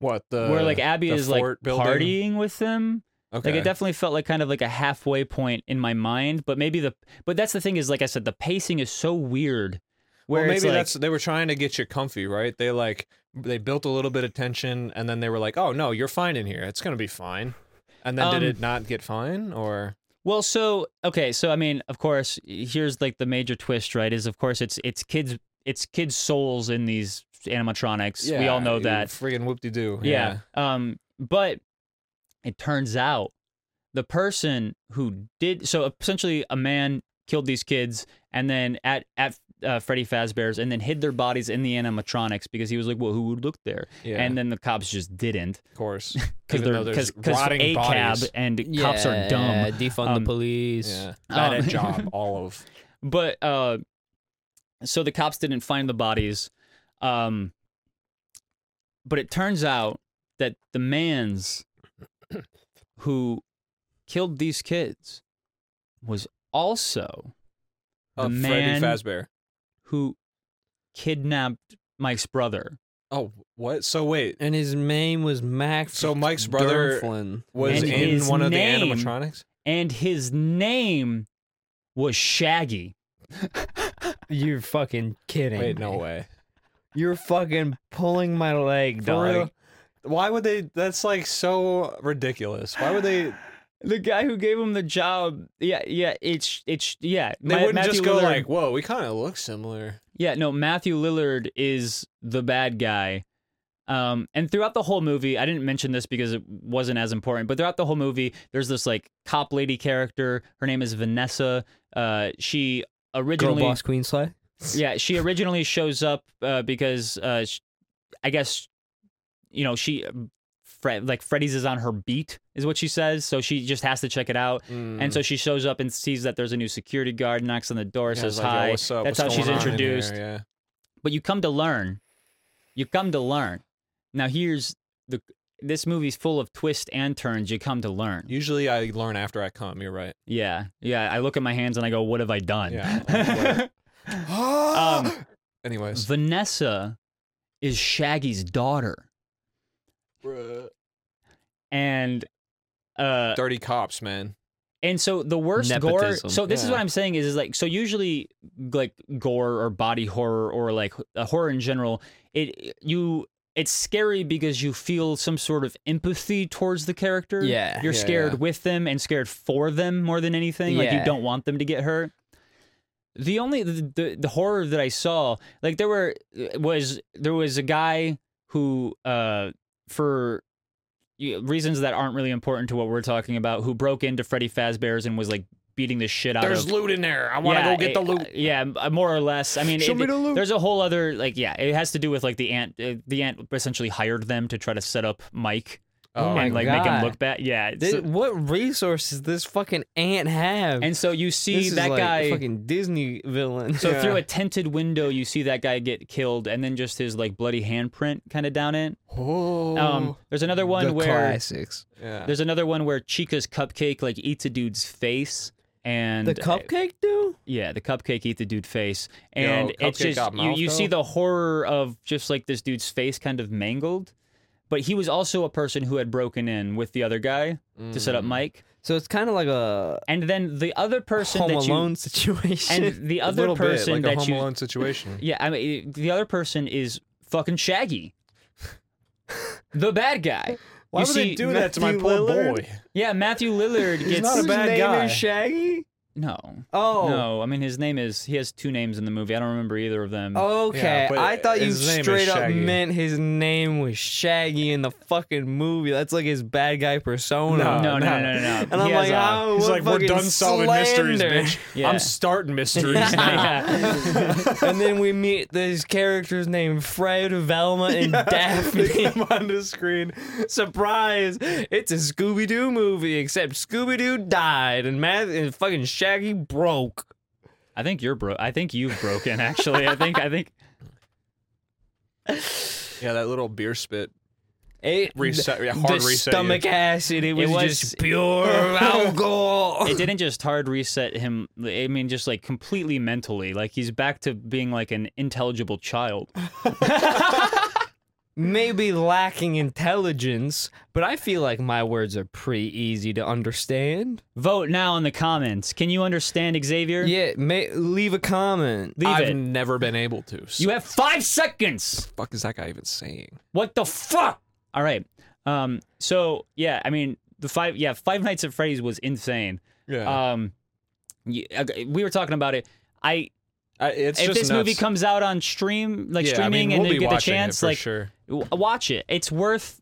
Speaker 3: What the
Speaker 1: where like Abby
Speaker 3: the
Speaker 1: is like
Speaker 3: fort building?
Speaker 1: partying with them.
Speaker 3: okay.
Speaker 1: Like it definitely felt like kind of like a halfway point in my mind, but maybe the but that's the thing is like I said the pacing is so weird where
Speaker 3: well, maybe
Speaker 1: it's like,
Speaker 3: that's they were trying to get you comfy, right? They like they built a little bit of tension, and then they were like, "Oh no, you're fine in here. It's gonna be fine." And then
Speaker 1: Um,
Speaker 3: did it not get fine, or
Speaker 1: Well, so okay, so I mean, of course, here's like the major twist, right? Is of course it's it's kids it's kids' souls in these animatronics. we all know that.
Speaker 3: Friggin' whoop de doo.
Speaker 1: Yeah. Um, but it turns out the person who did so essentially a man killed these kids and then at at uh, Freddy Fazbear's and then hid their bodies in the animatronics because he was like, well, who would look there?
Speaker 3: yeah.
Speaker 1: And then the cops just didn't
Speaker 3: of course,
Speaker 1: because
Speaker 3: Even
Speaker 1: they're
Speaker 3: though
Speaker 1: because
Speaker 3: there's
Speaker 1: because
Speaker 3: rotting
Speaker 1: a cab
Speaker 3: bodies.
Speaker 1: and cops are dumb.
Speaker 2: Yeah, Defund
Speaker 1: Um,
Speaker 2: the police.
Speaker 3: yeah, bad
Speaker 1: Um,
Speaker 3: at job, all of.
Speaker 1: but uh so the cops didn't find the bodies um but it turns out that the man's who killed these kids was also the
Speaker 3: Uh,
Speaker 1: man-
Speaker 3: Freddy Fazbear.
Speaker 1: who kidnapped Mike's brother.
Speaker 3: Oh, what? So wait,
Speaker 2: And his name was Max.
Speaker 3: So Mike's brother
Speaker 2: Derflin.
Speaker 3: was
Speaker 1: And
Speaker 3: in
Speaker 1: his
Speaker 3: one of the
Speaker 1: name-
Speaker 3: animatronics?
Speaker 1: And his name was Shaggy.
Speaker 2: You're fucking kidding.
Speaker 3: Wait, no
Speaker 2: me.
Speaker 3: way.
Speaker 2: You're fucking pulling my leg,
Speaker 3: For
Speaker 2: dog.
Speaker 3: real? Why would they? That's like so ridiculous. Why would they?
Speaker 1: The guy who gave him the job. Yeah, yeah, it's it's yeah.
Speaker 3: They
Speaker 1: Ma-
Speaker 3: wouldn't
Speaker 1: Matthew
Speaker 3: just go
Speaker 1: Lillard-
Speaker 3: like, "Whoa, we kind of look similar."
Speaker 1: Yeah, no, Matthew Lillard is the bad guy. Um, and throughout the whole movie, I didn't mention this because it wasn't as important, but throughout the whole movie, there's this like cop lady character. Her name is Vanessa. Uh, she
Speaker 2: Girl
Speaker 1: originally
Speaker 2: boss queen slay.
Speaker 1: yeah, she originally shows up uh, because uh, sh I guess you know she Fred, like Freddy's is on her beat is what she says, so she just has to check it out.
Speaker 3: Mm.
Speaker 1: And so she shows up and sees that there's a new security guard, knocks on the door, says hi. That's how she's introduced.
Speaker 3: yeah.
Speaker 1: But you come to learn. You come to learn. Now here's the this movie's full of twists and turns. You come to learn.
Speaker 3: Usually I learn after I come. You're right.
Speaker 1: yeah, yeah. I look at my hands and I go, "What have I done?"
Speaker 3: Yeah.
Speaker 1: Um,
Speaker 3: Anyways.
Speaker 1: Vanessa is Shaggy's daughter, and uh,
Speaker 3: Dirty cops, man.
Speaker 1: And so the worst gore.
Speaker 2: Nepotism.
Speaker 1: So this is
Speaker 3: Yeah.
Speaker 1: what I'm saying is, is like so usually like gore or body horror or like uh, horror in general. It you it's scary because you feel some sort of empathy towards the character.
Speaker 2: Yeah.
Speaker 1: you're
Speaker 3: Yeah,
Speaker 1: scared
Speaker 3: yeah.
Speaker 1: with them and scared for them more than anything. Like you
Speaker 2: Yeah.
Speaker 1: don't want them to get hurt. The only the, the the horror that I saw, like there were was there was a guy who uh for you- reasons that aren't really important to what we're talking about who broke into Freddy Fazbear's and was like beating the shit out
Speaker 3: There's
Speaker 1: of
Speaker 3: loot in there. I want to
Speaker 1: Yeah, eh,
Speaker 3: go get
Speaker 1: it- uh,
Speaker 3: the loot.
Speaker 1: yeah m- more or less I mean
Speaker 3: Show
Speaker 1: it-
Speaker 3: me the loot.
Speaker 1: there's a whole other like yeah it has to do with like the ant uh, the ant essentially hired them to try to set up Mike
Speaker 2: Oh my
Speaker 1: and like make him
Speaker 2: God.
Speaker 1: look bad yeah it's-
Speaker 2: Thi- what resources this fucking ant have?
Speaker 1: and so you see
Speaker 2: this is
Speaker 1: that
Speaker 2: like
Speaker 1: guy
Speaker 2: a fucking Disney villain.
Speaker 1: So through a tinted window, you see that guy get killed, and then just his like bloody handprint kind of down it.
Speaker 3: Oh.
Speaker 1: Um, there's another one
Speaker 2: the
Speaker 1: where
Speaker 2: classics.
Speaker 3: yeah.
Speaker 1: there's another one where Chica's cupcake like eats a dude's face, and
Speaker 2: The cupcake dude.
Speaker 1: yeah, the cupcake eat the dude face, and
Speaker 3: Yo,
Speaker 1: it's
Speaker 3: Cupcake
Speaker 1: just
Speaker 3: got
Speaker 1: you,
Speaker 3: mouth,
Speaker 1: you see
Speaker 3: though?
Speaker 1: the horror of just like this dude's face kind of mangled. But he was also a person who had broken in with the other guy to set
Speaker 3: Mm.
Speaker 1: up Mike,
Speaker 2: So it's kind of like a
Speaker 1: and then the other person
Speaker 2: Home
Speaker 1: that you
Speaker 2: Alone situation.
Speaker 1: and the
Speaker 3: a
Speaker 1: other
Speaker 3: little
Speaker 1: person
Speaker 3: bit, like a
Speaker 1: that
Speaker 3: Home
Speaker 1: you
Speaker 3: Alone situation.
Speaker 1: Yeah, I mean the other person is fucking Shaggy, the bad guy.
Speaker 2: Why
Speaker 1: you
Speaker 2: would they
Speaker 1: see,
Speaker 2: do that to my poor boy?
Speaker 1: yeah, Matthew Lillard gets
Speaker 2: It's not a bad
Speaker 3: His name
Speaker 2: guy.
Speaker 3: is
Speaker 2: Shaggy.
Speaker 1: no,
Speaker 2: Oh.
Speaker 1: no. I mean his name is he has two names in the movie. I don't remember either of them.
Speaker 2: Okay,
Speaker 3: Yeah, but
Speaker 2: I thought you
Speaker 3: his name is
Speaker 2: straight up
Speaker 3: Shaggy.
Speaker 2: meant his name was Shaggy in the fucking movie. That's like his bad guy persona.
Speaker 3: No,
Speaker 1: no, no, no, no, no. no.
Speaker 2: And I'm
Speaker 1: He has
Speaker 2: like,
Speaker 1: a-
Speaker 2: how?
Speaker 3: He's
Speaker 2: what
Speaker 3: like, we're
Speaker 2: fucking
Speaker 3: done solving mysteries,
Speaker 2: slander?"
Speaker 3: bitch.
Speaker 1: Yeah.
Speaker 3: I'm starting mysteries.
Speaker 2: ah.
Speaker 1: Yeah.
Speaker 2: and then we meet these characters named Fred, Velma, and
Speaker 3: They
Speaker 2: Daphne.
Speaker 3: come on the screen.
Speaker 2: Surprise! It's a Scooby Doo movie, except Scooby Doo died and Matt and fucking Shaggy broke.
Speaker 1: I think you're bro. I think you've broken. Actually, I think I think
Speaker 3: Yeah, that little beer spit.
Speaker 2: It,
Speaker 3: Reset- yeah,
Speaker 2: the
Speaker 3: hard reset,
Speaker 2: stomach acid. It was,
Speaker 1: was-
Speaker 2: just pure alcohol.
Speaker 1: it didn't just hard reset him. I mean, just like completely mentally. Like he's back to being like an intelligible child.
Speaker 2: Maybe lacking intelligence, but I feel like my words are pretty easy to understand.
Speaker 1: Vote now in the comments. Can you understand Xavier?
Speaker 2: Yeah, may, leave a comment.
Speaker 1: Leave
Speaker 3: I've
Speaker 1: it.
Speaker 3: never been able to. So
Speaker 1: You have five seconds.
Speaker 3: fuck is that guy even saying?
Speaker 1: What the fuck? All right. Um. So yeah, I mean the five. Yeah, Five Nights at Freddy's was insane.
Speaker 3: Yeah,
Speaker 1: Um, y- okay, we were talking about it. I
Speaker 3: I, it's
Speaker 1: if
Speaker 3: just
Speaker 1: this movie
Speaker 3: nuts.
Speaker 1: comes out on stream, like
Speaker 3: yeah, I
Speaker 1: streaming,
Speaker 3: mean, we'll
Speaker 1: and
Speaker 3: be
Speaker 1: you get the
Speaker 3: watching it
Speaker 1: chance,
Speaker 3: for
Speaker 1: like
Speaker 3: sure.
Speaker 1: w- watch it. It's worth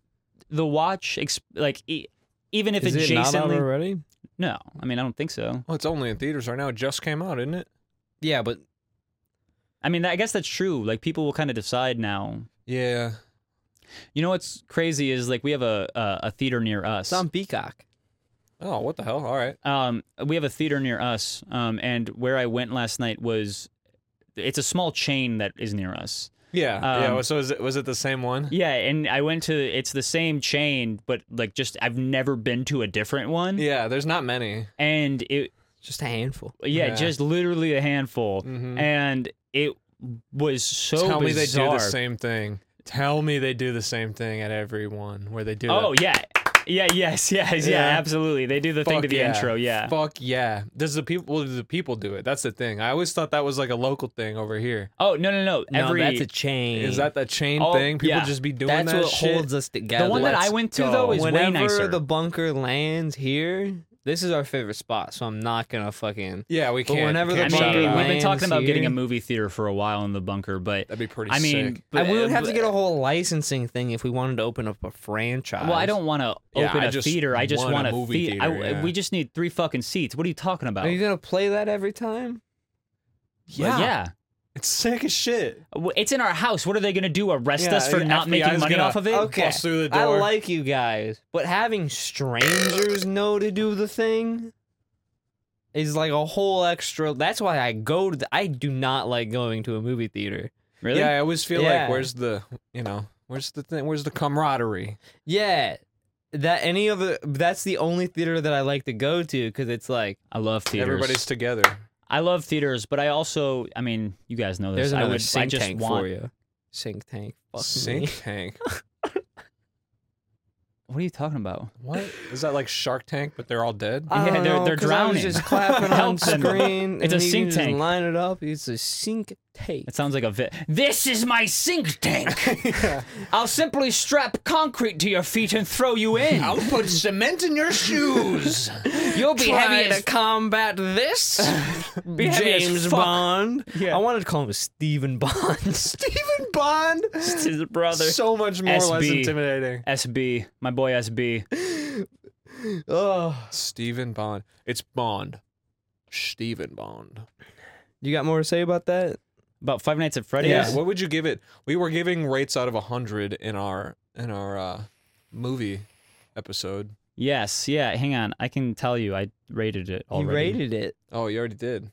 Speaker 1: the watch. Ex- like e- even if
Speaker 2: Is
Speaker 1: it's
Speaker 2: it not out
Speaker 1: Jason. Lee-
Speaker 2: already?
Speaker 1: no, I mean I don't think so.
Speaker 3: Well, it's only in theaters right now. It just came out, isn't it?
Speaker 2: Yeah, but
Speaker 1: I mean I guess that's true. Like people will kind of decide now.
Speaker 3: Yeah.
Speaker 1: You know what's crazy is like we have a a, a theater near us.
Speaker 2: it's on Peacock.
Speaker 3: Oh, what the hell? All right.
Speaker 1: um, we have a theater near us, um, and where I went last night was it's a small chain that is near us.
Speaker 3: Yeah. yeah.
Speaker 1: Um,
Speaker 3: well, So is it, was it the same one?
Speaker 1: Yeah, and I went to it's the same chain, but like just I've never been to a different one,
Speaker 3: Yeah. There's not many.
Speaker 1: and it
Speaker 2: Just a handful.
Speaker 1: yeah,
Speaker 3: Yeah.
Speaker 1: just literally a handful,
Speaker 3: Mhm.
Speaker 1: and it was so
Speaker 3: Tell me they do
Speaker 1: bizarre.
Speaker 3: the same thing. Tell me they do the same thing at every one where they do.
Speaker 1: Oh
Speaker 3: the,
Speaker 1: yeah, yeah, yes, yes, yeah,
Speaker 3: Yeah.
Speaker 1: absolutely. They do the thing
Speaker 3: Fuck
Speaker 1: to the
Speaker 3: yeah.
Speaker 1: intro, yeah.
Speaker 3: Fuck yeah. Does the people? Well, do the people do it? That's the thing. I always thought that was like a local thing over here.
Speaker 1: Oh no, no, no. Every
Speaker 2: no, that's a chain.
Speaker 3: Is that the chain
Speaker 1: Oh,
Speaker 3: thing? People
Speaker 1: yeah.
Speaker 3: just be doing
Speaker 2: That's
Speaker 3: that
Speaker 2: what
Speaker 3: shit.
Speaker 2: holds us together?
Speaker 1: the one that I
Speaker 3: Let's
Speaker 1: went to
Speaker 3: go.
Speaker 1: though is way
Speaker 2: Whenever
Speaker 1: nicer.
Speaker 2: the bunker lands here, this is our favorite spot. So I'm not gonna fucking.
Speaker 3: yeah, we
Speaker 2: But
Speaker 3: can't.
Speaker 2: whenever the
Speaker 3: can't
Speaker 1: I
Speaker 3: shut
Speaker 1: mean,
Speaker 2: bunker
Speaker 3: it out.
Speaker 1: we've been
Speaker 2: lands
Speaker 1: talking about getting a
Speaker 2: here.
Speaker 1: movie theater for a while in the bunker, but
Speaker 3: That'd be pretty.
Speaker 1: I mean,
Speaker 3: sick.
Speaker 1: but- uh,
Speaker 2: And we would have to
Speaker 1: but-
Speaker 2: get a whole licensing thing if we wanted to open up a franchise.
Speaker 1: Well, I don't want to
Speaker 3: Yeah,
Speaker 1: open
Speaker 3: I
Speaker 1: a
Speaker 3: just
Speaker 1: theater. I just
Speaker 3: want a
Speaker 1: want a
Speaker 3: movie
Speaker 1: thea- I-
Speaker 3: theater, yeah.
Speaker 1: We just need three fucking seats. What are you talking about?
Speaker 2: Are you gonna play that every time?
Speaker 1: Well, yeah.
Speaker 3: It's sick as shit.
Speaker 1: W- It's in our house. What are they gonna do? Arrest
Speaker 3: Yeah,
Speaker 1: us for
Speaker 3: the
Speaker 1: not
Speaker 3: FBI
Speaker 1: making
Speaker 3: is
Speaker 1: money
Speaker 3: gonna- Oh,
Speaker 1: off of it?
Speaker 3: Okay. Bust through the
Speaker 2: I
Speaker 3: door.
Speaker 2: like you guys, but having strangers know to do the thing is like a whole extra. That's why I go to. The, I do not like going to a movie theater.
Speaker 1: Really?
Speaker 3: Yeah, I always feel
Speaker 2: Yeah.
Speaker 3: like where's the you know where's the thing where's the camaraderie?
Speaker 2: Yeah, that any of the that's the only theater that I like to go to because it's like
Speaker 1: I love theaters.
Speaker 3: Everybody's together.
Speaker 1: I love theaters, but I also, I mean, you guys know this.
Speaker 2: there's
Speaker 1: I
Speaker 2: another
Speaker 1: would, I
Speaker 2: sink
Speaker 1: just
Speaker 2: tank
Speaker 1: want.
Speaker 2: for you. Sink tank, fuck
Speaker 3: Sink
Speaker 2: me.
Speaker 3: tank.
Speaker 1: What are you talking about?
Speaker 3: What is that like Shark Tank? But they're all dead.
Speaker 1: Yeah,
Speaker 2: I don't
Speaker 1: they're-
Speaker 2: know,
Speaker 1: they're
Speaker 2: Oh, 'cause I was
Speaker 1: drowning.
Speaker 2: just clapping on
Speaker 1: Help them.
Speaker 2: screen.
Speaker 1: It's a
Speaker 2: and you
Speaker 1: sink
Speaker 2: can just
Speaker 1: tank.
Speaker 2: Line it up. It's a sink tank.
Speaker 1: It sounds like a vi- This is my sink tank.
Speaker 3: Yeah.
Speaker 1: I'll simply strap concrete to your feet and throw you in.
Speaker 3: put cement in your shoes.
Speaker 2: You'll be
Speaker 1: Try
Speaker 2: having
Speaker 1: to
Speaker 2: to combat this,
Speaker 1: heavy as
Speaker 2: James
Speaker 1: fuck.
Speaker 2: Bond.
Speaker 1: Yeah.
Speaker 2: I wanted to call him Stephen Bond.
Speaker 3: Stephen Bond.
Speaker 1: It's his brother.
Speaker 3: So much more less
Speaker 1: SB.
Speaker 3: intimidating.
Speaker 1: SB, my boy SB.
Speaker 2: oh,
Speaker 3: Stephen Bond. It's Bond. Stephen Bond.
Speaker 2: you got more to say about that?
Speaker 1: About Five Nights at Freddy's.
Speaker 3: Yeah.
Speaker 2: Yeah.
Speaker 3: What would you give it? We were giving rates out of hundred in our in our uh, movie episode.
Speaker 1: Yes. Yeah. Hang on. I can tell you. I rated it already.
Speaker 2: You rated it.
Speaker 3: Oh, you already did.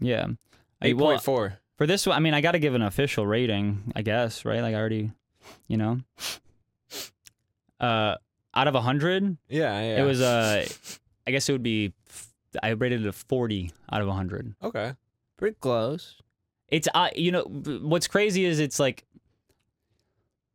Speaker 1: Yeah. I-
Speaker 3: Eight
Speaker 1: well,
Speaker 3: point four.
Speaker 1: for this one, I mean, I got to give an official rating, I guess, right? Like I already, you know, uh, out of a hundred,
Speaker 3: Yeah, yeah.
Speaker 1: it was uh, I guess it would be. f- I rated it a forty out of a hundred.
Speaker 3: okay.
Speaker 2: Pretty close.
Speaker 1: It's uh, you know b- what's crazy is it's like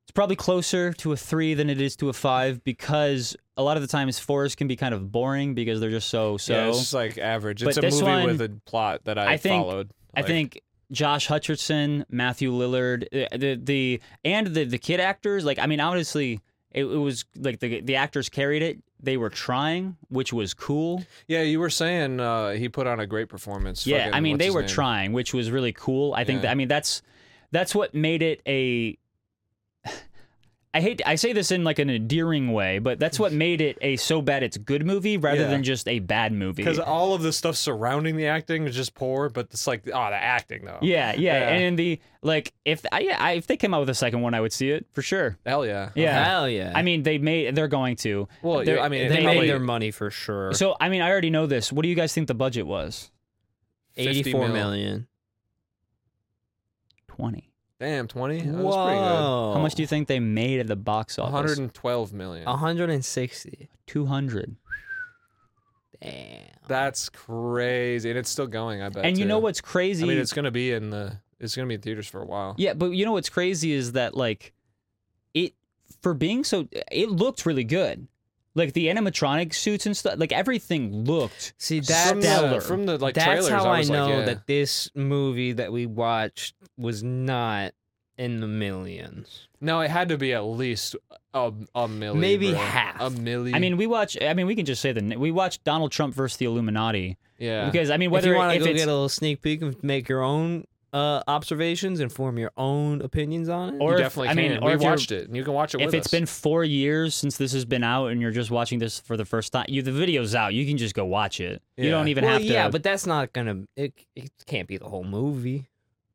Speaker 1: it's probably closer to a three than it is to a five because a lot of the times fours can be kind of boring because they're just so so.
Speaker 3: yeah, it's just like average.
Speaker 1: but
Speaker 3: It's a
Speaker 1: this
Speaker 3: movie
Speaker 1: one,
Speaker 3: with a plot that I,
Speaker 1: I think-
Speaker 3: followed.
Speaker 1: I
Speaker 3: Like,
Speaker 1: think Josh Hutcherson, Matthew Lillard, uh, the the and the the kid actors. Like I mean, obviously it, it was like the the actors carried it. They were trying, which was cool.
Speaker 3: Yeah, you were saying uh, he put on a great performance.
Speaker 1: yeah,
Speaker 3: Fucking-
Speaker 1: I mean
Speaker 3: what's
Speaker 1: they
Speaker 3: his
Speaker 1: were
Speaker 3: name?
Speaker 1: trying, which was really cool. I think
Speaker 3: Yeah.
Speaker 1: that, I mean that's that's what made it a I hate I say this in like an endearing way, but that's what made it a so bad it's good movie rather
Speaker 3: Yeah. uh,
Speaker 1: than just a bad movie.
Speaker 3: Because all of the stuff surrounding the acting is just poor, but it's like, oh, the acting though.
Speaker 1: Yeah, yeah,
Speaker 3: Yeah.
Speaker 1: and the like if I, yeah, I, if they came out with a second one, I would see it for sure.
Speaker 3: Hell yeah.
Speaker 1: Yeah.
Speaker 2: Hell yeah.
Speaker 1: I mean, they made they're going to.
Speaker 3: Well,
Speaker 1: They're-
Speaker 3: yeah, I
Speaker 2: they
Speaker 3: mean,
Speaker 1: they
Speaker 2: made
Speaker 1: probably-
Speaker 2: their money for sure.
Speaker 1: So I mean, I already know this. What do you guys think the budget was?
Speaker 3: 50
Speaker 2: 84
Speaker 3: mil.
Speaker 2: million.
Speaker 1: Twenty.
Speaker 3: Damn, twenty. That was pretty good.
Speaker 2: Whoa.
Speaker 1: How much do you think they made at the box
Speaker 3: One
Speaker 1: office?
Speaker 3: Oh. hundred and twelve million.
Speaker 2: 160.
Speaker 1: Two hundred.
Speaker 2: Damn.
Speaker 3: That's crazy, and it's still going. I bet.
Speaker 1: And you
Speaker 3: too.
Speaker 1: know what's crazy?
Speaker 3: I mean, it's gonna be in the. It's gonna be in theaters for a while.
Speaker 1: Yeah, but you know what's crazy is that like it for being so it looked really good. Like the animatronic suits and stuff, like everything looked.
Speaker 2: See,
Speaker 3: from
Speaker 2: that's
Speaker 3: the,
Speaker 1: stellar.
Speaker 3: from the like
Speaker 2: that's
Speaker 3: trailers.
Speaker 2: how I,
Speaker 3: was
Speaker 2: know
Speaker 3: like, yeah.
Speaker 2: that this movie that we watched was not in the millions.
Speaker 3: No, it had to be at least a a million.
Speaker 2: Maybe
Speaker 3: bro.
Speaker 2: half.
Speaker 3: A million.
Speaker 1: I mean, we watch. I mean, we can just say the we watched Donald Trump versus the Illuminati
Speaker 3: yeah.
Speaker 1: because I mean,
Speaker 2: if
Speaker 1: whether
Speaker 2: you want to
Speaker 1: if
Speaker 2: go
Speaker 1: it's
Speaker 2: get a little sneak peek and make your own uh, observations and form your own opinions on it,
Speaker 1: Or
Speaker 3: you
Speaker 1: if-
Speaker 3: definitely
Speaker 1: I mean,
Speaker 3: can.
Speaker 1: or
Speaker 3: we
Speaker 1: if you're-
Speaker 3: watched it, and you can watch it
Speaker 1: if
Speaker 3: with
Speaker 1: it's
Speaker 3: us.
Speaker 1: been four years since this has been out and you're just watching this for the first time, you the video's out. You can just go watch it. You
Speaker 3: Yeah.
Speaker 1: don't even
Speaker 2: well,
Speaker 1: have to.
Speaker 2: yeah, but that's not gonna. It, it can't be the whole movie.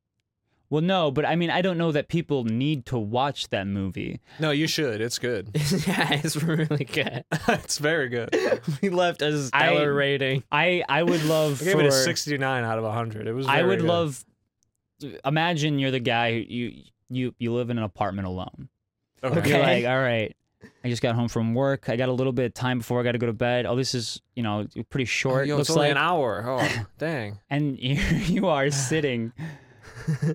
Speaker 1: well, no, but I mean, I don't know that people need to watch that movie.
Speaker 3: no, you should. It's good.
Speaker 2: yeah, it's really good.
Speaker 3: it's very good.
Speaker 2: we left a
Speaker 1: I-
Speaker 2: stellar rating.
Speaker 1: I I would love.
Speaker 3: I gave
Speaker 1: for,
Speaker 3: it a 69 out of 100. It was.
Speaker 1: I
Speaker 3: very
Speaker 1: would
Speaker 3: good.
Speaker 1: love. Imagine you're the guy who you you you live in an apartment alone.
Speaker 3: Okay.
Speaker 1: You're
Speaker 2: Okay.
Speaker 1: like, all right, I just got home from work. I got a little bit of time before I got to go to bed. Oh, this is you know pretty short.
Speaker 3: Oh, Yo, it's
Speaker 1: looks
Speaker 3: only
Speaker 1: like
Speaker 3: an hour. Oh, dang.
Speaker 1: and you, you are sitting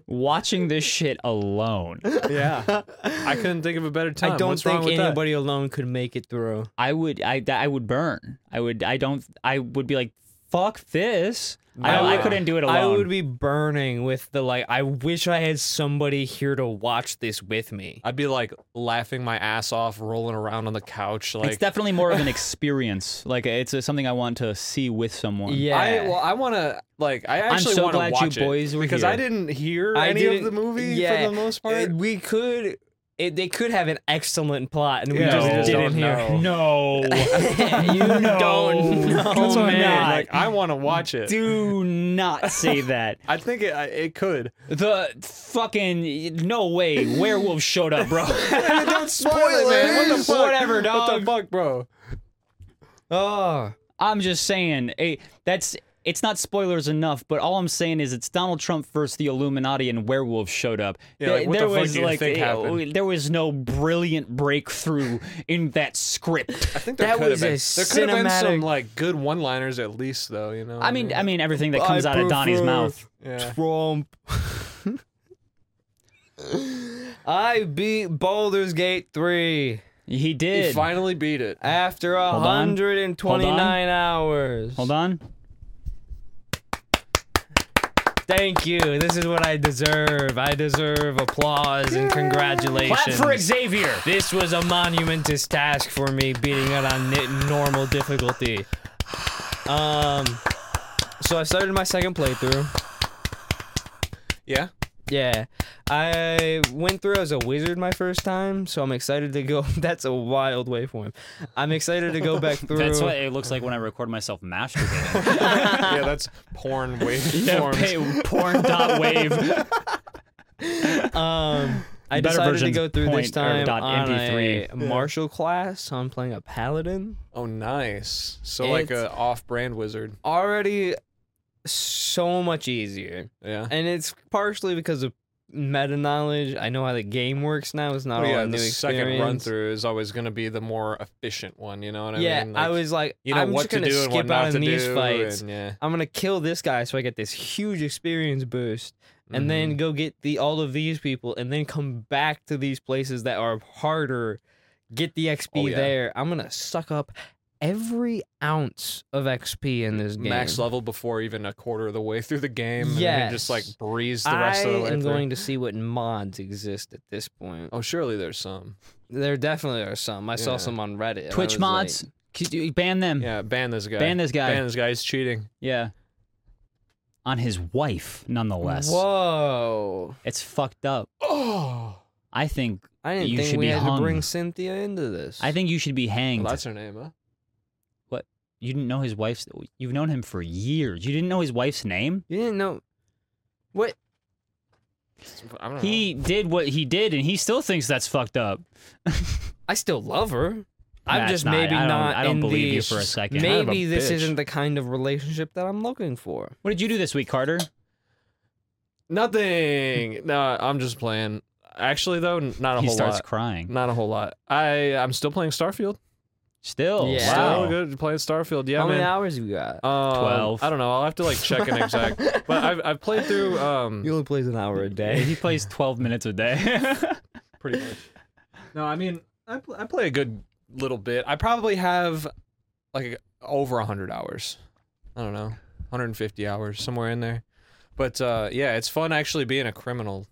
Speaker 1: watching this shit alone.
Speaker 3: Yeah. I couldn't think of a better time.
Speaker 2: I don't
Speaker 3: What's wrong
Speaker 2: think
Speaker 3: with that?
Speaker 2: anybody alone could make it through.
Speaker 1: I would I I would burn. I would I don't I would be like fuck this.
Speaker 3: No.
Speaker 1: I, I couldn't do it alone.
Speaker 2: I would be burning with the like. I wish I had somebody here to watch this with me.
Speaker 3: I'd be like laughing my ass off, rolling around on the couch. Like,
Speaker 1: it's definitely more of an experience. Like it's uh something I want to see with someone.
Speaker 2: Yeah.
Speaker 3: I well, I want to like. I
Speaker 1: I'm
Speaker 3: actually
Speaker 1: so
Speaker 3: want to
Speaker 1: glad you
Speaker 3: watch it
Speaker 1: boys were
Speaker 3: because
Speaker 1: here.
Speaker 3: I didn't hear
Speaker 2: I
Speaker 3: any
Speaker 2: didn't-
Speaker 3: of the movie
Speaker 2: yeah.
Speaker 3: for the most
Speaker 2: Uh,
Speaker 3: part.
Speaker 2: we could it, they could have an excellent plot, and we
Speaker 3: Yeah,
Speaker 2: just
Speaker 3: we just
Speaker 2: didn't
Speaker 3: don't
Speaker 2: hear.
Speaker 3: know.
Speaker 1: No, you know.
Speaker 2: Don't know,
Speaker 1: That's what I'm
Speaker 2: man.
Speaker 1: not.
Speaker 3: Oh, Like I want to watch it.
Speaker 1: Do not say that.
Speaker 3: I think it I- it could.
Speaker 1: The fucking no way werewolf showed up, bro.
Speaker 3: Don't spoil it, man. What the
Speaker 1: Spoilers!
Speaker 3: fuck?
Speaker 1: Whatever,
Speaker 3: What
Speaker 1: dog.
Speaker 3: the fuck, bro?
Speaker 2: Oh,
Speaker 1: I'm just saying, eh, that's it's not spoilers enough, but all I'm saying is it's Donald Trump versus the Illuminati and werewolves showed up.
Speaker 3: Yeah, like, what the fuck do you think
Speaker 1: eh,
Speaker 3: happened?
Speaker 1: there was no brilliant breakthrough in that script.
Speaker 3: I think there
Speaker 2: That
Speaker 3: could
Speaker 2: was
Speaker 3: have been.
Speaker 2: a
Speaker 3: There could have been some
Speaker 2: cinematic-
Speaker 3: like good one-liners at least, though. You know.
Speaker 1: I mean, I
Speaker 3: mean,
Speaker 1: mean everything that comes
Speaker 2: I
Speaker 1: out of Donnie's
Speaker 2: prefer
Speaker 1: mouth.
Speaker 3: yeah.
Speaker 2: Trump. I beat Boulder's Gate three
Speaker 1: He
Speaker 3: He
Speaker 1: did.
Speaker 3: finally beat it.
Speaker 2: after a
Speaker 1: Hold on.
Speaker 2: hundred and twenty-nine hours.
Speaker 1: Hold on.
Speaker 2: Thank you. This is what I deserve. I deserve applause and congratulations.
Speaker 1: Clap for Xavier.
Speaker 2: This was a monumentous task for me, beating it on ni- normal difficulty. Um, so I started my second playthrough.
Speaker 3: Yeah.
Speaker 2: Yeah, I went through as a wizard my first time, so I'm excited to go. That's a wild waveform. I'm excited to go back through.
Speaker 1: That's what it looks like when I record myself masturbating.
Speaker 3: yeah, that's porn waveforms.
Speaker 1: Yeah, pay- porn dot wave.
Speaker 2: um, I
Speaker 1: Better
Speaker 2: decided to
Speaker 1: version's
Speaker 2: go through this
Speaker 1: point or
Speaker 2: time
Speaker 1: dot
Speaker 2: on
Speaker 1: MP3.
Speaker 2: a martial class, so I'm playing a paladin.
Speaker 3: Oh, nice. So like
Speaker 2: It's-
Speaker 3: a off-brand wizard.
Speaker 2: Already so much easier,
Speaker 3: Yeah.
Speaker 2: and it's partially because of meta knowledge. I know how the game works now. It's not
Speaker 3: Oh,
Speaker 2: all
Speaker 3: yeah,
Speaker 2: a new
Speaker 3: the second
Speaker 2: experience.
Speaker 3: run through is always going to be the more efficient one. You know what I
Speaker 2: yeah,
Speaker 3: mean?
Speaker 2: I
Speaker 3: Like,
Speaker 2: was like,
Speaker 3: You know
Speaker 2: I'm
Speaker 3: what
Speaker 2: just
Speaker 3: to
Speaker 2: gonna
Speaker 3: do and what
Speaker 2: skip
Speaker 3: not
Speaker 2: out
Speaker 3: to
Speaker 2: on these
Speaker 3: do,
Speaker 2: fights.
Speaker 3: and yeah.
Speaker 2: I'm gonna kill this guy so I get this huge experience boost, and
Speaker 3: Mm-hmm.
Speaker 2: then go get the all of these people, and then come back to these places that are harder, get the XP
Speaker 3: Oh, yeah.
Speaker 2: there. I'm gonna suck up every ounce of XP in this game.
Speaker 3: max level before even a quarter of the way through the game. And then just like
Speaker 2: Yes.
Speaker 3: breeze the
Speaker 2: I
Speaker 3: rest of the way.
Speaker 2: am
Speaker 3: through.
Speaker 2: going to see what mods exist at this point.
Speaker 3: Oh, surely there's some.
Speaker 2: There definitely are some. I
Speaker 3: Yeah.
Speaker 2: saw some on Reddit. and I
Speaker 1: Twitch
Speaker 2: was
Speaker 1: mods,
Speaker 2: like-
Speaker 1: could you ban
Speaker 2: Hmm.
Speaker 1: them.
Speaker 3: Yeah, ban this guy.
Speaker 1: Ban this guy.
Speaker 3: Ban this guy. He's cheating.
Speaker 1: Yeah. On his wife, nonetheless.
Speaker 2: Whoa!
Speaker 1: It's fucked up.
Speaker 3: Oh,
Speaker 1: I think
Speaker 2: I didn't
Speaker 1: You
Speaker 2: think
Speaker 1: should
Speaker 2: we
Speaker 1: be
Speaker 2: had to bring
Speaker 1: hung.
Speaker 2: Cynthia into this.
Speaker 1: I think you should be hanged.
Speaker 3: well, that's her name, huh?
Speaker 1: you didn't know his wife's you've known him for years. You didn't know his wife's name?
Speaker 2: you didn't know. What?
Speaker 3: I don't know.
Speaker 1: He did what he did and he still thinks that's fucked up.
Speaker 2: I still love her. I'm
Speaker 1: That's
Speaker 2: just
Speaker 1: not-
Speaker 2: maybe
Speaker 1: I don't-
Speaker 2: not.
Speaker 1: I don't
Speaker 2: in
Speaker 1: believe
Speaker 2: the-
Speaker 1: you for a second.
Speaker 3: Kind of a
Speaker 2: Maybe this
Speaker 3: bitch.
Speaker 2: isn't the kind of relationship that I'm looking for.
Speaker 1: What did you do this week, Carter?
Speaker 3: Nothing. no, I'm just playing. Actually, though, n- not a
Speaker 1: he
Speaker 3: whole
Speaker 1: starts
Speaker 3: lot.
Speaker 1: crying.
Speaker 3: Not a whole lot. I I'm still playing Starfield.
Speaker 1: Still.
Speaker 2: Yeah.
Speaker 1: Wow.
Speaker 3: Still good playing Starfield. Yeah,
Speaker 2: How
Speaker 3: man.
Speaker 2: many hours you got?
Speaker 3: Um,
Speaker 1: 12.
Speaker 3: I don't know. I'll have to like check an exact. but I've, I've played through um
Speaker 2: only plays an hour a
Speaker 1: Yeah, He plays 12 minutes a day.
Speaker 3: pretty much. No, I mean I pl- I play a good little bit. I probably have like over hundred hours. I don't know, 150 hours somewhere in there. But uh, yeah, it's fun actually being a criminal.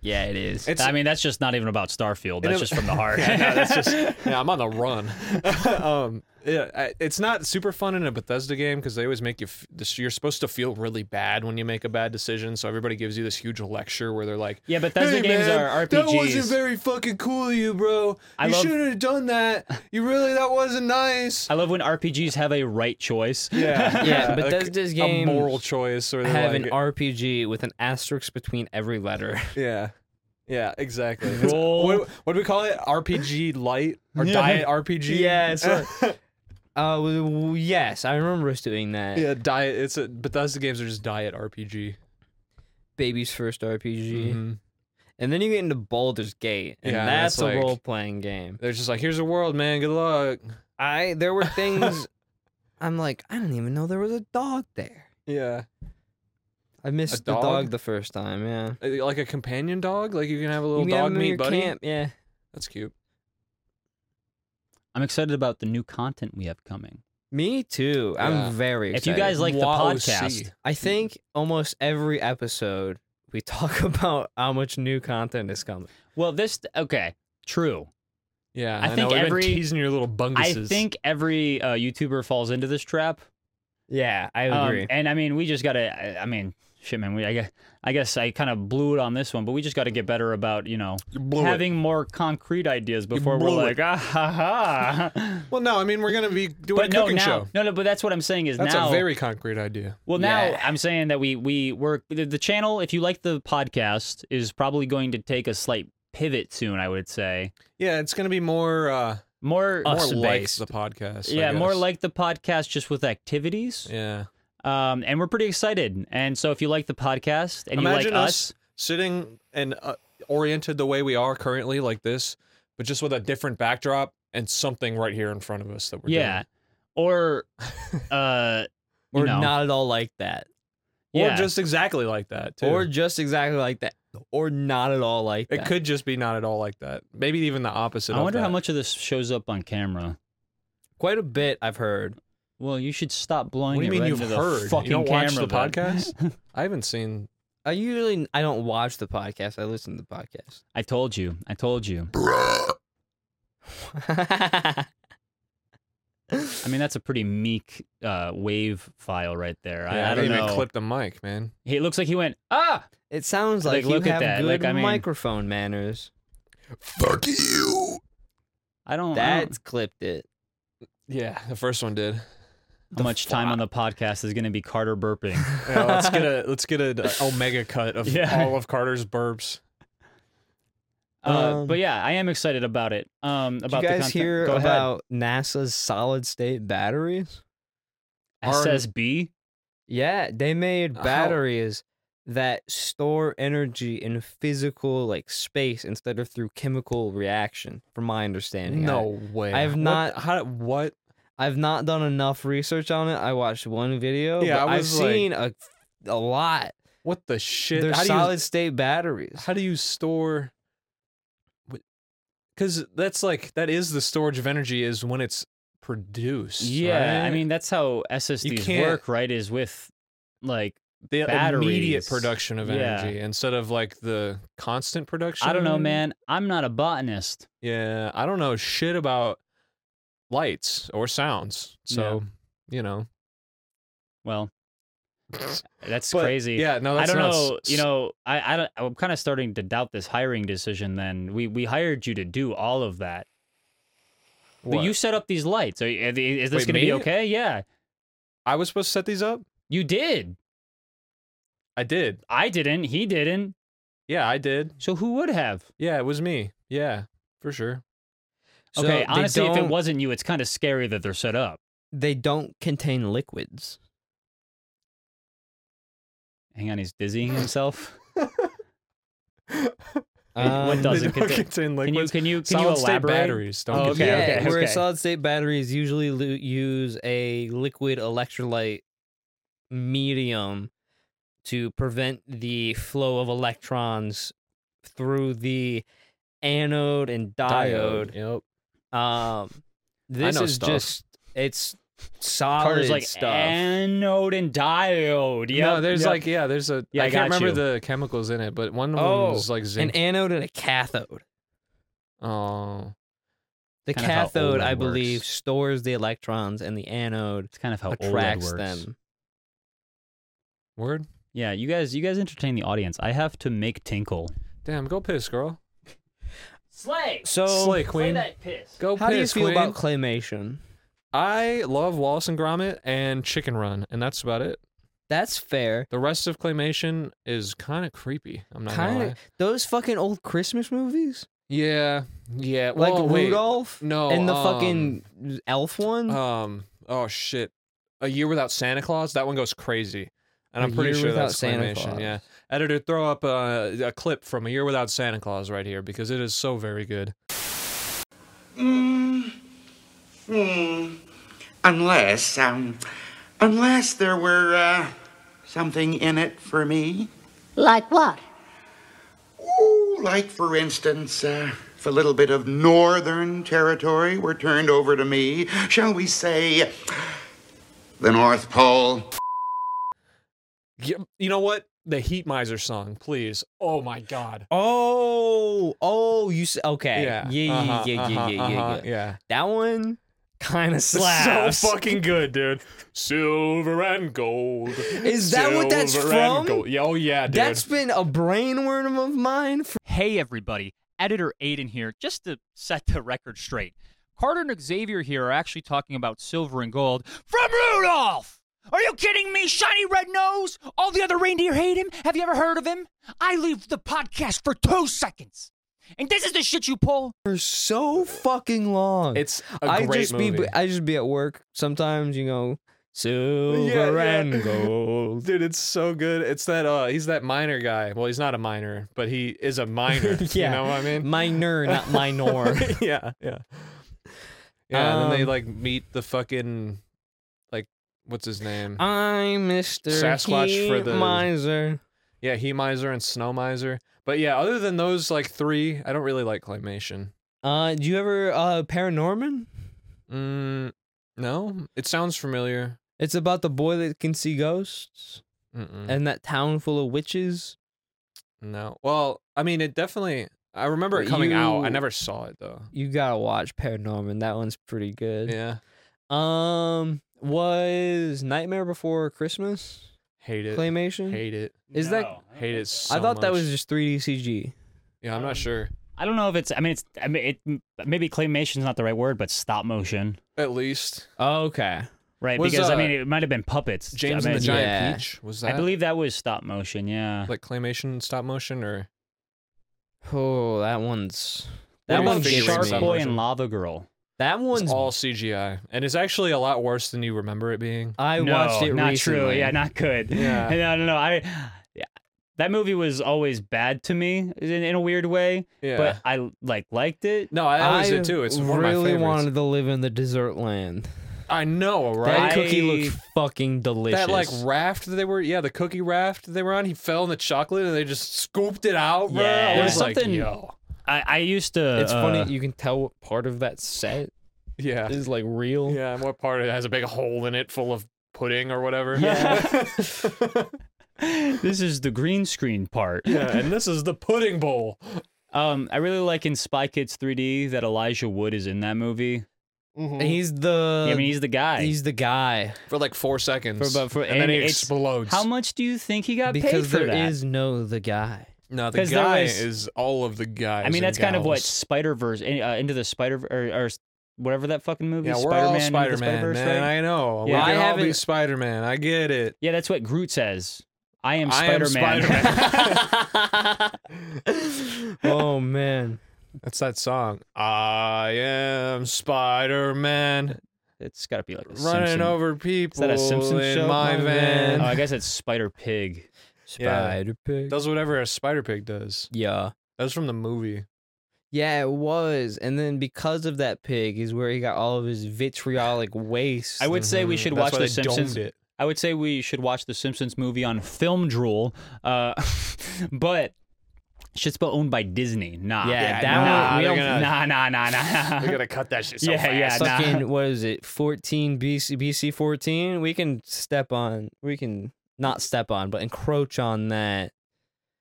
Speaker 1: yeah, it is.
Speaker 3: It's-
Speaker 1: I mean, that's just not even about Starfield.
Speaker 3: And
Speaker 1: That's
Speaker 3: it-
Speaker 1: just from the heart.
Speaker 3: Yeah, no, that's just yeah, I'm on the run. um, yeah, I- it's not super fun in a Bethesda game because they always make you. F- this, you're supposed to feel really bad when you make a bad decision, so everybody gives you this huge lecture where they're like,
Speaker 1: Yeah, Bethesda
Speaker 3: "Hey,
Speaker 1: games
Speaker 3: man,
Speaker 1: are RPGs.
Speaker 3: That wasn't very fucking cool of you, bro.
Speaker 1: I
Speaker 3: you
Speaker 1: love-
Speaker 3: shouldn't have done that. You really that wasn't nice.
Speaker 1: I love when RPGs have a right choice.
Speaker 3: Yeah,
Speaker 2: Yeah,
Speaker 3: like
Speaker 2: Bethesda's
Speaker 3: a
Speaker 2: game
Speaker 3: moral choice or
Speaker 2: I have
Speaker 3: like,
Speaker 2: an RPG with an asterisk between every letter.
Speaker 3: yeah. Yeah, exactly. It's-
Speaker 1: Roll.
Speaker 3: What, what do we call it? RPG light or
Speaker 1: Yeah.
Speaker 3: diet RPG?
Speaker 2: Yes. uh, w- yes, I remember us doing that.
Speaker 3: Yeah, diet. It's a Bethesda games are just diet RPG.
Speaker 2: Baby's first RPG, and then you get into Baldur's Gate, and
Speaker 3: Mm-hmm. Yeah,
Speaker 2: that's,
Speaker 3: that's
Speaker 2: a
Speaker 3: like-
Speaker 2: role playing game.
Speaker 3: They're just like, here's a world, man. Good luck.
Speaker 2: I there were things I'm like, I didn't even know there was a dog there.
Speaker 3: Yeah,
Speaker 2: I missed the
Speaker 3: dog?
Speaker 2: dog the first time, yeah.
Speaker 3: Uh, like a companion dog. Like you can have a little
Speaker 2: You can have
Speaker 3: dog
Speaker 2: him in
Speaker 3: meat
Speaker 2: your
Speaker 3: buddy.
Speaker 2: camp, yeah.
Speaker 3: That's cute.
Speaker 1: I'm excited about the new content we have coming.
Speaker 2: Me too.
Speaker 3: Yeah.
Speaker 2: I'm very
Speaker 1: If you
Speaker 2: excited.
Speaker 1: guys like the
Speaker 3: Wow,
Speaker 1: podcast,
Speaker 3: see.
Speaker 2: I think almost every episode we talk about how much new content is coming.
Speaker 1: well, this okay, true.
Speaker 3: Yeah,
Speaker 1: I
Speaker 3: know,
Speaker 1: think
Speaker 3: we've been
Speaker 1: every-
Speaker 3: teasing your little bunguses.
Speaker 1: I think every uh, YouTuber falls into this trap.
Speaker 2: Yeah, I
Speaker 1: Um,
Speaker 2: agree.
Speaker 1: and I mean, we just gotta. I, I mean, shit, man. We I guess I guess I kind of blew it on this one, but we just got to get better about you know
Speaker 3: You blew it.
Speaker 1: having more concrete ideas before we're
Speaker 3: blew it.
Speaker 1: like ah ha ha.
Speaker 3: Well, no, I mean we're gonna be doing
Speaker 1: but
Speaker 3: a
Speaker 1: no,
Speaker 3: cooking
Speaker 1: now
Speaker 3: show.
Speaker 1: no, no. But that's what I'm saying is
Speaker 3: That's
Speaker 1: now.
Speaker 3: a very concrete idea.
Speaker 1: well, now
Speaker 2: Yeah.
Speaker 1: I'm saying that we we were the, the channel. If you like the podcast, is probably going to take a slight pivot soon. I would say
Speaker 3: Yeah, it's gonna be more uh,
Speaker 1: more.
Speaker 3: more
Speaker 2: Us
Speaker 3: like
Speaker 2: based.
Speaker 3: the podcast. I
Speaker 1: yeah, more
Speaker 3: guess.
Speaker 1: like the podcast, just with activities.
Speaker 3: yeah.
Speaker 1: Um, and we're pretty excited. And so, if you like the podcast and
Speaker 3: Imagine
Speaker 1: you like
Speaker 3: us, sitting and uh, oriented the way we are currently, like this, but just with a different backdrop and something right here in front of us that we're
Speaker 1: yeah, or uh,
Speaker 2: Or
Speaker 1: you know,
Speaker 2: not at all like that.
Speaker 3: doing,
Speaker 1: yeah,
Speaker 3: or just exactly like that. Too.
Speaker 2: Or just exactly like that. Or not at all like
Speaker 3: it
Speaker 2: that.
Speaker 3: could just be not at all like that. Maybe even the opposite.
Speaker 1: I
Speaker 3: of
Speaker 1: wonder how
Speaker 3: that.
Speaker 1: much of this shows up on camera.
Speaker 2: Quite a bit, I've heard.
Speaker 1: Well, you should stop blowing.
Speaker 3: What do
Speaker 1: it
Speaker 3: you mean
Speaker 1: right
Speaker 3: you've
Speaker 1: into
Speaker 3: heard?
Speaker 1: The
Speaker 3: You
Speaker 1: fucking
Speaker 3: don't watch
Speaker 1: camera,
Speaker 3: the
Speaker 1: bud.
Speaker 3: podcast? I haven't seen.
Speaker 2: I usually I don't watch the podcast. I listen to the podcast.
Speaker 1: I told you. I told you. I mean, that's a pretty meek uh, wave file right there.
Speaker 3: Yeah,
Speaker 1: I, I don't
Speaker 3: didn't
Speaker 1: know.
Speaker 3: even clip the mic, man.
Speaker 1: He it looks like he went ah.
Speaker 2: it sounds
Speaker 1: Like,
Speaker 2: like,
Speaker 1: look
Speaker 2: you
Speaker 1: at
Speaker 2: have
Speaker 1: that.
Speaker 2: good
Speaker 1: Like, I mean-
Speaker 2: microphone manners.
Speaker 3: Fuck you.
Speaker 1: I don't. I don't
Speaker 2: That's clipped it.
Speaker 3: Yeah, the first one did.
Speaker 1: how much time on the podcast is going to be Carter burping?
Speaker 3: Yeah, let's get a let's get an omega cut of
Speaker 1: Yeah.
Speaker 3: all of Carter's burps.
Speaker 1: uh,
Speaker 2: Um,
Speaker 1: but yeah, I am excited about it. Um, about the
Speaker 2: Did you guys
Speaker 1: content.
Speaker 2: hear
Speaker 1: Go ahead.
Speaker 2: about NASA's solid state batteries?
Speaker 3: our-
Speaker 1: SSB?
Speaker 2: Yeah, they made
Speaker 3: How-
Speaker 2: batteries that store energy in physical like space instead of through chemical reaction. From my understanding, I-
Speaker 3: No way.
Speaker 2: I have
Speaker 3: What-
Speaker 2: not-
Speaker 3: How, what?
Speaker 2: I've not done enough research on it. I watched one video.
Speaker 3: Yeah,
Speaker 2: but
Speaker 3: I
Speaker 2: I've
Speaker 3: was like-
Speaker 2: seen a a lot.
Speaker 3: What the shit?
Speaker 2: They're
Speaker 3: how do
Speaker 2: solid
Speaker 3: you
Speaker 2: state batteries.
Speaker 3: how do you store? Because that's like that is the storage of energy is when it's produced.
Speaker 1: Yeah,
Speaker 3: right?
Speaker 1: I mean that's how SSDs
Speaker 3: can't-
Speaker 1: work, right? Is with like
Speaker 3: the immediate
Speaker 1: batteries.
Speaker 3: production of
Speaker 1: Yeah.
Speaker 3: energy instead of like the constant production.
Speaker 1: I don't know,
Speaker 3: of energy?
Speaker 1: man. I'm not a botanist.
Speaker 3: Yeah, I don't know shit about lights or sounds. So you know,
Speaker 1: Well, that's
Speaker 3: But,
Speaker 1: crazy.
Speaker 3: Yeah, no,
Speaker 1: I
Speaker 3: that's
Speaker 1: don't
Speaker 3: nuts.
Speaker 1: know. You know, I, I don't, I'm kind of starting to doubt this hiring decision. Then we we hired you to do all of that, but
Speaker 3: What?
Speaker 1: you set up these lights. Are, are the- is this
Speaker 3: Wait,
Speaker 1: going to be
Speaker 3: me?
Speaker 1: okay? Yeah,
Speaker 3: I was supposed to set these up.
Speaker 1: you did.
Speaker 3: I did.
Speaker 1: I didn't. He didn't.
Speaker 3: Yeah, I did.
Speaker 1: So who would have?
Speaker 3: Yeah, it was me. Yeah, for sure.
Speaker 2: So
Speaker 1: okay,
Speaker 2: they
Speaker 1: honestly, if it
Speaker 2: don't-
Speaker 1: wasn't you, it's kind of scary that they're set up.
Speaker 2: They don't contain liquids.
Speaker 1: Hang on, he's dizzying himself.
Speaker 2: Um,
Speaker 1: what does
Speaker 3: They
Speaker 1: it
Speaker 3: don't
Speaker 1: contain? Can you
Speaker 3: contain liquids.
Speaker 1: can you can
Speaker 3: Solid
Speaker 1: you
Speaker 3: state
Speaker 1: elaborate?
Speaker 3: batteries don't
Speaker 1: Oh,
Speaker 3: contain
Speaker 1: okay,
Speaker 2: yeah,
Speaker 1: okay,
Speaker 2: where
Speaker 1: okay.
Speaker 2: solid state batteries usually lo- use a liquid electrolyte medium to prevent the flow of electrons through the anode and diode.
Speaker 3: Yep.
Speaker 2: Um, this
Speaker 3: know
Speaker 2: is
Speaker 3: stuff.
Speaker 2: just it's solid
Speaker 1: Carter's like
Speaker 2: stuff.
Speaker 1: anode and diode. Yep,
Speaker 3: no, there's
Speaker 1: yep.
Speaker 3: like yeah, there's a.
Speaker 1: Yeah,
Speaker 3: I
Speaker 1: I
Speaker 3: can't
Speaker 1: got
Speaker 3: remember the chemicals in it, but one of
Speaker 2: Oh,
Speaker 3: them was like
Speaker 2: an
Speaker 3: zinc.
Speaker 2: anode and a cathode.
Speaker 3: oh,
Speaker 2: The
Speaker 1: Kinda how
Speaker 2: cathode,
Speaker 1: OLED
Speaker 2: I
Speaker 1: works.
Speaker 2: believe, stores the electrons, and the anode
Speaker 1: it's kind of how OLED
Speaker 2: attracts
Speaker 1: works.
Speaker 2: them.
Speaker 3: word.
Speaker 1: Yeah, you guys, you guys entertain the audience. I have to make tinkle.
Speaker 3: Damn, go piss, girl.
Speaker 1: Slay.
Speaker 2: So,
Speaker 3: Slay queen.
Speaker 1: piss.
Speaker 3: Go
Speaker 2: how do you
Speaker 3: piss,
Speaker 2: feel
Speaker 3: queen.
Speaker 2: about claymation?
Speaker 3: I love Wallace and Gromit and Chicken Run, and that's about it.
Speaker 2: That's fair.
Speaker 3: The rest of claymation is kind of creepy. I'm not
Speaker 2: Kind
Speaker 3: gonna lie.
Speaker 2: of those fucking old Christmas movies,
Speaker 3: Yeah, yeah.
Speaker 2: like
Speaker 3: well, wait.
Speaker 2: Rudolph
Speaker 3: No,
Speaker 2: and the
Speaker 3: um,
Speaker 2: fucking elf one.
Speaker 3: Um. Oh shit. A year without Santa Claus. That one goes crazy,
Speaker 2: A
Speaker 3: and i I'm pretty
Speaker 2: Year
Speaker 3: sure
Speaker 2: Without
Speaker 3: that's
Speaker 2: Santa
Speaker 3: claymation.
Speaker 2: Claus.
Speaker 3: Yeah. Editor, throw up uh, a clip from A Year Without Santa Claus right here because it is so very good.
Speaker 4: Hmm. Unless, um, unless there were uh, something in it for me.
Speaker 5: Like what?
Speaker 4: Ooh, like for instance, uh, if a little bit of northern territory were turned over to me, shall we say, the North Pole.
Speaker 3: Y- You know what? The Heat Miser song, please. Oh my God.
Speaker 2: oh, oh, you s- okay? Yeah, yeah,
Speaker 3: Uh-huh,
Speaker 2: yeah, yeah,
Speaker 3: uh-huh,
Speaker 2: yeah, yeah,
Speaker 3: uh-huh,
Speaker 2: yeah, yeah. That one, kind of
Speaker 3: So
Speaker 2: slaps.
Speaker 3: fucking good, dude. Silver and gold.
Speaker 2: Is that what that's
Speaker 3: Silver
Speaker 2: from?
Speaker 3: and gold. Yeah, oh yeah, dude.
Speaker 2: That's been a brainworm of mine for
Speaker 5: Hey, everybody. Editor Aiden here, just to set the record straight. Carter and Xavier here are actually talking about silver and gold from Rudolph! Are you kidding me? Shiny red nose? All the other reindeer hate him? Have you ever heard of him? I leave the podcast for two seconds. And this is the shit you pull?
Speaker 2: so fucking long.
Speaker 3: it's a
Speaker 2: I
Speaker 3: great
Speaker 2: just
Speaker 3: movie.
Speaker 2: be I just be at work sometimes, you know. Silver
Speaker 3: yeah.
Speaker 2: and gold.
Speaker 3: Dude, it's so good. It's that uh he's that minor guy. Well, he's not a minor, but he is a minor.
Speaker 2: Yeah.
Speaker 3: You know what I mean?
Speaker 2: Minor, not minor.
Speaker 3: yeah, yeah. Yeah, and then they
Speaker 2: Um,
Speaker 3: like meet the fucking like what's his name?
Speaker 2: I'm Mr.
Speaker 3: Sasquatch for
Speaker 2: Heat
Speaker 3: the-
Speaker 2: miser.
Speaker 3: yeah, he miser and snow miser. But yeah, other than those like three, I don't really like claymation.
Speaker 2: Uh, do you ever uh Paranorman?
Speaker 3: Mm, no, it sounds familiar.
Speaker 2: It's about the boy that can see ghosts
Speaker 3: Mm-mm.
Speaker 2: and that town full of witches.
Speaker 3: no, well, I mean, it definitely. I remember it coming out. I
Speaker 2: You-
Speaker 3: never saw it though.
Speaker 2: You gotta watch Paranorman. That one's pretty good.
Speaker 3: Yeah,
Speaker 2: Um, was Nightmare Before Christmas
Speaker 3: hate it.
Speaker 2: claymation?
Speaker 3: Hate it.
Speaker 2: Is that- No,
Speaker 3: Hate it. So
Speaker 2: I thought that
Speaker 3: much.
Speaker 2: was just 3D CG.
Speaker 3: Yeah,
Speaker 1: Um,
Speaker 3: I'm not sure.
Speaker 1: I don't know if it's. I mean, it's. I mean, it. Maybe claymation's not the right word, but stop motion,
Speaker 3: At least
Speaker 2: Okay.
Speaker 1: right?
Speaker 3: Was,
Speaker 1: because I
Speaker 3: uh,
Speaker 1: mean, it might have been puppets.
Speaker 3: James
Speaker 1: I mean,
Speaker 3: and the
Speaker 1: it's-
Speaker 3: Giant
Speaker 2: yeah.
Speaker 3: Peach was
Speaker 1: I
Speaker 3: that
Speaker 1: believe that was stop motion. Yeah.
Speaker 3: like claymation stop motion or
Speaker 2: Oh, that one's
Speaker 1: That
Speaker 2: that
Speaker 3: What
Speaker 1: one,
Speaker 2: one
Speaker 3: about
Speaker 2: gets
Speaker 1: Shark
Speaker 2: me.
Speaker 1: Boy
Speaker 3: Submersion?
Speaker 1: and Lava Girl.
Speaker 2: That
Speaker 3: it's
Speaker 2: one's
Speaker 3: all CGI, and it's actually a lot worse than you remember it being.
Speaker 2: I
Speaker 1: no,
Speaker 2: watched it
Speaker 1: not
Speaker 2: recently.
Speaker 1: true. Yeah, not good.
Speaker 3: Yeah.
Speaker 1: no, no, no. I. Yeah. That movie was always bad to me in, in a weird way,
Speaker 3: Yeah.
Speaker 1: but I like liked it.
Speaker 3: no, I, that was
Speaker 2: I
Speaker 3: it too. It's
Speaker 2: really
Speaker 3: one of my favorites.
Speaker 2: wanted to live in the desert land.
Speaker 3: I know,
Speaker 2: That
Speaker 3: right?
Speaker 2: cookie looked fucking delicious.
Speaker 3: that like raft that they were, yeah, the cookie raft they were on. He fell in the chocolate and they just scooped it out. Bro.
Speaker 1: Yeah.
Speaker 3: I
Speaker 1: There's
Speaker 3: was like,
Speaker 1: something-
Speaker 3: yo,
Speaker 1: I, I used to.
Speaker 2: it's
Speaker 1: uh,
Speaker 2: funny. You can tell what part of that set
Speaker 3: yeah,
Speaker 2: is like real.
Speaker 3: yeah. and What part of it has a big hole in it full of pudding or whatever?
Speaker 1: Yeah. this is the green screen part.
Speaker 3: yeah. And this is the pudding bowl.
Speaker 1: Um, I really like in Spy Kids 3D that Elijah Wood is in that movie.
Speaker 3: Mm-hmm.
Speaker 2: And he's the
Speaker 1: yeah, I mean he's the guy.
Speaker 2: he's the guy
Speaker 3: for like four seconds.
Speaker 1: For about- for-
Speaker 3: and, then
Speaker 1: and
Speaker 3: he
Speaker 1: it's-
Speaker 3: explodes.
Speaker 1: How much do you think he got paid
Speaker 2: because
Speaker 1: for
Speaker 2: there is
Speaker 1: that?
Speaker 2: no the guy.
Speaker 3: no, the
Speaker 1: 'Cause there
Speaker 3: guy
Speaker 1: was-
Speaker 3: is all of the guys.
Speaker 1: I mean
Speaker 3: and
Speaker 1: that's kind of what
Speaker 3: gals.
Speaker 1: Spider Verse uh, into the Spider or, or whatever that fucking movie.
Speaker 3: Yeah,
Speaker 1: is,
Speaker 3: we're all
Speaker 1: Spider-Man
Speaker 3: Spider Man, man.
Speaker 1: Right?
Speaker 3: I know.
Speaker 1: Yeah.
Speaker 3: We
Speaker 2: I
Speaker 3: can all be
Speaker 2: haven't-
Speaker 3: Spider Man. I get it.
Speaker 1: Yeah, that's what Groot says. I am
Speaker 3: I am
Speaker 1: Spider Man.
Speaker 2: oh man.
Speaker 3: That's that song. I am Spider Man,
Speaker 1: it's got to be like a
Speaker 3: running
Speaker 1: Simpson.
Speaker 3: over people
Speaker 1: that a Simpson
Speaker 3: in
Speaker 1: show?
Speaker 2: My
Speaker 3: my van.
Speaker 2: van.
Speaker 1: Oh, I guess it's Spider Pig.
Speaker 3: Yeah.
Speaker 2: Spider pig.
Speaker 3: Does whatever a spider pig does.
Speaker 2: Yeah.
Speaker 3: That was from the movie.
Speaker 2: Yeah, it was. And then because of that pig is where he got all of his vitriolic waste.
Speaker 1: I would say we
Speaker 3: Mhm.
Speaker 1: should
Speaker 3: That's
Speaker 1: watch
Speaker 3: why
Speaker 1: The
Speaker 3: they domed
Speaker 1: Simpsons.
Speaker 3: It.
Speaker 1: I would say we should watch the Simpsons movie on film drool, uh, but shit's but owned by Disney. Nah,
Speaker 2: Yeah,
Speaker 3: Yeah,
Speaker 2: that
Speaker 1: nah,
Speaker 2: one- we
Speaker 1: they're
Speaker 2: don't-
Speaker 1: gonna- nah, nah, nah, nah.
Speaker 3: We're gonna cut that shit so
Speaker 1: Yeah,
Speaker 3: fast.
Speaker 1: yeah, no.
Speaker 2: fucking what is it? 14 BC BC 14. We can step on. We can not step on, but encroach on that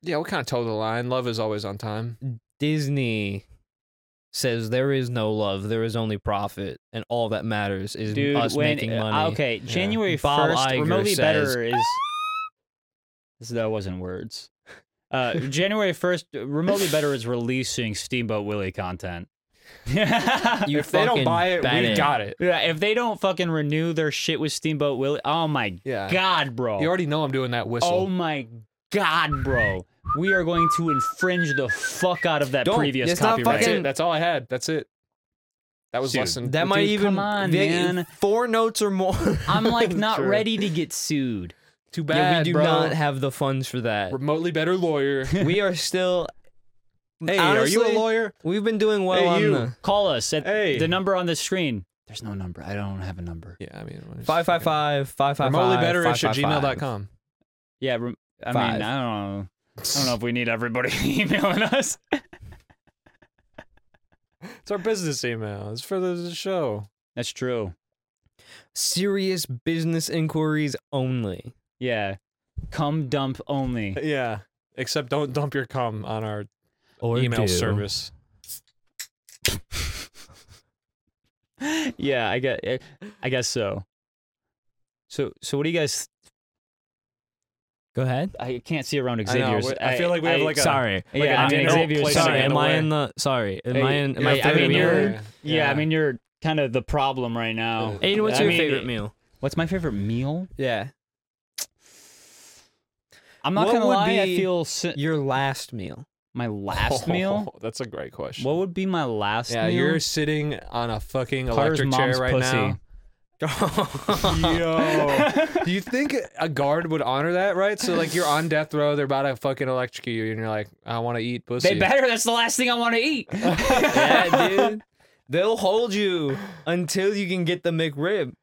Speaker 3: yeah, we kind of toe the line. Love is always on time.
Speaker 2: Disney says there is no love, there is only profit, and all that matters is
Speaker 1: Dude,
Speaker 2: us
Speaker 1: when
Speaker 2: making
Speaker 1: uh,
Speaker 2: money.
Speaker 1: okay,
Speaker 3: Yeah.
Speaker 1: January
Speaker 2: Bob
Speaker 1: first,
Speaker 2: Iger
Speaker 1: remotely
Speaker 2: says-
Speaker 1: better is. This that wasn't words. Uh, January first, remotely better is releasing Steamboat Willie content. yeah,
Speaker 2: You
Speaker 3: if they don't
Speaker 2: fucking
Speaker 3: buy it,
Speaker 2: bet
Speaker 3: we got it.
Speaker 1: if they don't fucking renew their shit with Steamboat Willie, oh my
Speaker 3: Yeah.
Speaker 1: god, bro!
Speaker 3: You already know I'm doing that whistle.
Speaker 1: Oh my god, bro. We are going to infringe the fuck out of that
Speaker 2: Don't-
Speaker 1: previous
Speaker 2: it's not
Speaker 1: copyright.
Speaker 3: That's
Speaker 2: fucking-
Speaker 3: it. That's all I had. That's it. That was
Speaker 1: Dude,
Speaker 3: less than
Speaker 2: That might
Speaker 1: Dude,
Speaker 2: even
Speaker 1: come on,
Speaker 2: they-
Speaker 1: man.
Speaker 2: four notes or more.
Speaker 1: I'm like not
Speaker 3: True.
Speaker 1: ready to get sued.
Speaker 3: too bad.
Speaker 2: yeah, we do
Speaker 3: bro.
Speaker 2: not have the funds for that.
Speaker 3: remotely better lawyer. hey,
Speaker 2: we are still. Hey,
Speaker 3: are you a lawyer?
Speaker 2: We've been doing well
Speaker 3: Hey,
Speaker 2: on
Speaker 3: you.
Speaker 2: the
Speaker 1: Call us at
Speaker 3: Hey.
Speaker 1: the number on the screen. There's no number. I don't have a number.
Speaker 3: Yeah, I mean, what is-
Speaker 2: 555 555
Speaker 3: remotely better at
Speaker 2: 555.
Speaker 3: gmail.com.
Speaker 1: Yeah, rem- I
Speaker 2: Five.
Speaker 1: mean, I don't know. I don't know if we need everybody emailing us.
Speaker 3: It's our business email. It's for the show.
Speaker 1: That's true.
Speaker 2: Serious business inquiries only.
Speaker 1: Yeah. Come dump only.
Speaker 3: Yeah. Except don't dump your cum on our
Speaker 2: Or
Speaker 3: email
Speaker 2: do.
Speaker 3: service.
Speaker 1: yeah, I guess I guess so. So so what do you guys?
Speaker 2: Go ahead.
Speaker 1: I can't see around
Speaker 3: I know,
Speaker 1: Xavier's.
Speaker 3: we- I feel like we have like a
Speaker 2: Sorry.
Speaker 1: Yeah,
Speaker 3: an
Speaker 1: I mean,
Speaker 3: angle
Speaker 1: Xavier's-
Speaker 3: placing
Speaker 2: sorry.
Speaker 3: it
Speaker 2: Am I
Speaker 3: away.
Speaker 2: in the? Sorry. Am I in? Am
Speaker 1: Hey,
Speaker 2: I,
Speaker 1: I
Speaker 2: third
Speaker 1: mean,
Speaker 2: in the
Speaker 1: you're-
Speaker 2: order?
Speaker 1: yeah, I mean you're kind of the problem right now.
Speaker 2: Aiden, what's
Speaker 1: I
Speaker 2: your
Speaker 1: mean,
Speaker 2: favorite meal?
Speaker 1: What's my favorite meal?
Speaker 2: Yeah,
Speaker 1: I'm not
Speaker 2: What
Speaker 1: gonna
Speaker 2: would
Speaker 1: lie. I
Speaker 2: be
Speaker 1: feel si-
Speaker 2: your last meal.
Speaker 1: my last meal.
Speaker 3: That's a great question.
Speaker 1: What would be my last
Speaker 3: yeah,
Speaker 1: meal?
Speaker 3: you're sitting on a fucking
Speaker 1: Carter's
Speaker 3: electric
Speaker 1: mom's
Speaker 3: chair right
Speaker 1: pussy.
Speaker 3: now. Yo. Do you think a guard would honor that, right? So like you're on death row, they're about to fucking electrocute you, and you're like, I want to eat pussy.
Speaker 1: They better. That's the last thing I want to eat.
Speaker 2: yeah, dude. They'll hold you until you can get the McRib.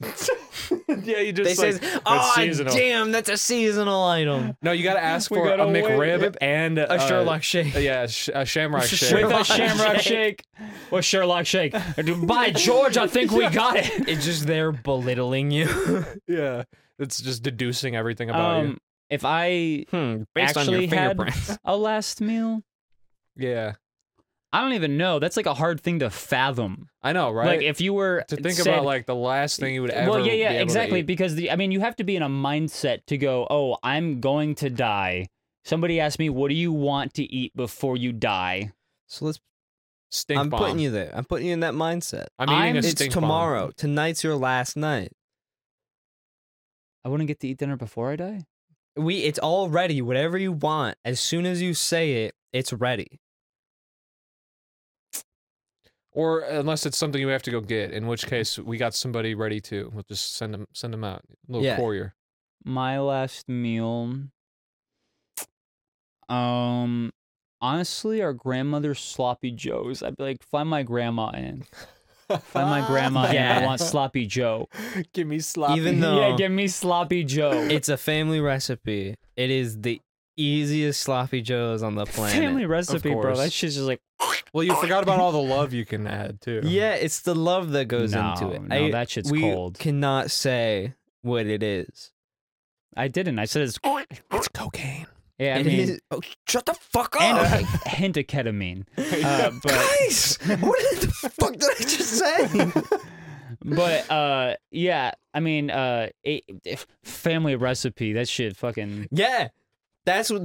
Speaker 3: yeah,
Speaker 2: They
Speaker 3: you just
Speaker 2: say,
Speaker 3: like, "That's
Speaker 1: "Ah,
Speaker 2: "Oh
Speaker 3: seasonal."
Speaker 2: damn, that's a seasonal item."
Speaker 3: No, you gotta ask for
Speaker 2: gotta
Speaker 3: a
Speaker 2: wait.
Speaker 3: McRib and
Speaker 2: A
Speaker 3: uh,
Speaker 2: Sherlock shake.
Speaker 3: Yeah, sh- a Shamrock
Speaker 2: Sh-
Speaker 3: shake.
Speaker 1: With a
Speaker 2: Shamrock
Speaker 1: shamrock shake.
Speaker 2: shake.
Speaker 1: With Sherlock shake. By George, I think we got it.
Speaker 2: It's just they're belittling you.
Speaker 3: Yeah, it's just deducing everything about
Speaker 1: Um, if I
Speaker 2: hmm,
Speaker 1: actually had a last meal,
Speaker 3: you. Yeah,
Speaker 1: I don't even know. That's like a hard thing to fathom.
Speaker 3: I know, right?
Speaker 1: Like if you were
Speaker 3: to think
Speaker 1: said-
Speaker 3: about like the last thing you would ever.
Speaker 1: well, yeah, yeah,
Speaker 3: be able to
Speaker 1: exactly.
Speaker 3: eat.
Speaker 1: Because the, I mean, you have to be in a mindset to go. Oh, I'm going to die. Somebody asked me, "What do you want to eat before you die?"
Speaker 2: So let's.
Speaker 3: Stink
Speaker 2: I'm
Speaker 3: bomb.
Speaker 2: putting you there. I'm putting you in that mindset.
Speaker 3: I'm eating
Speaker 1: I'm-
Speaker 3: a
Speaker 1: It's
Speaker 2: It's
Speaker 3: stink bomb.
Speaker 2: tomorrow. Tonight's your last night.
Speaker 1: I wouldn't get to eat dinner before I die.
Speaker 2: We. It's all ready. Whatever you want. As soon as you say it, it's ready.
Speaker 3: Or unless it's something you have to go get, in which case we got somebody ready to. We'll just send them send them out. little
Speaker 2: Yeah.
Speaker 3: courier.
Speaker 1: My last meal. Um, honestly, our grandmother's sloppy joes. I'd be like, find my grandma in. Find my grandma in. I
Speaker 2: Yeah.
Speaker 1: want sloppy Joe.
Speaker 3: Give me sloppy.
Speaker 2: Even though
Speaker 1: Yeah, give me sloppy Joe.
Speaker 2: it's a family recipe, it is the easiest sloppy joes on the planet.
Speaker 1: family recipe, bro.
Speaker 3: course.
Speaker 1: That shit's just like
Speaker 3: well, you forgot about all the love you can add too.
Speaker 2: Yeah, it's the love that goes
Speaker 1: No,
Speaker 2: into it.
Speaker 1: no, that shit's
Speaker 2: we
Speaker 1: cold.
Speaker 2: Cannot say what it is.
Speaker 1: I didn't. I said it's
Speaker 3: it's cocaine.
Speaker 1: yeah. I
Speaker 2: It
Speaker 1: mean,
Speaker 2: is- oh, shut the fuck up,
Speaker 1: and a hint of ketamine. Uh, but
Speaker 2: guys! what the fuck did I just say?
Speaker 1: but uh, yeah. I mean, uh, it, it- family recipe. That shit fucking.
Speaker 2: yeah, that's what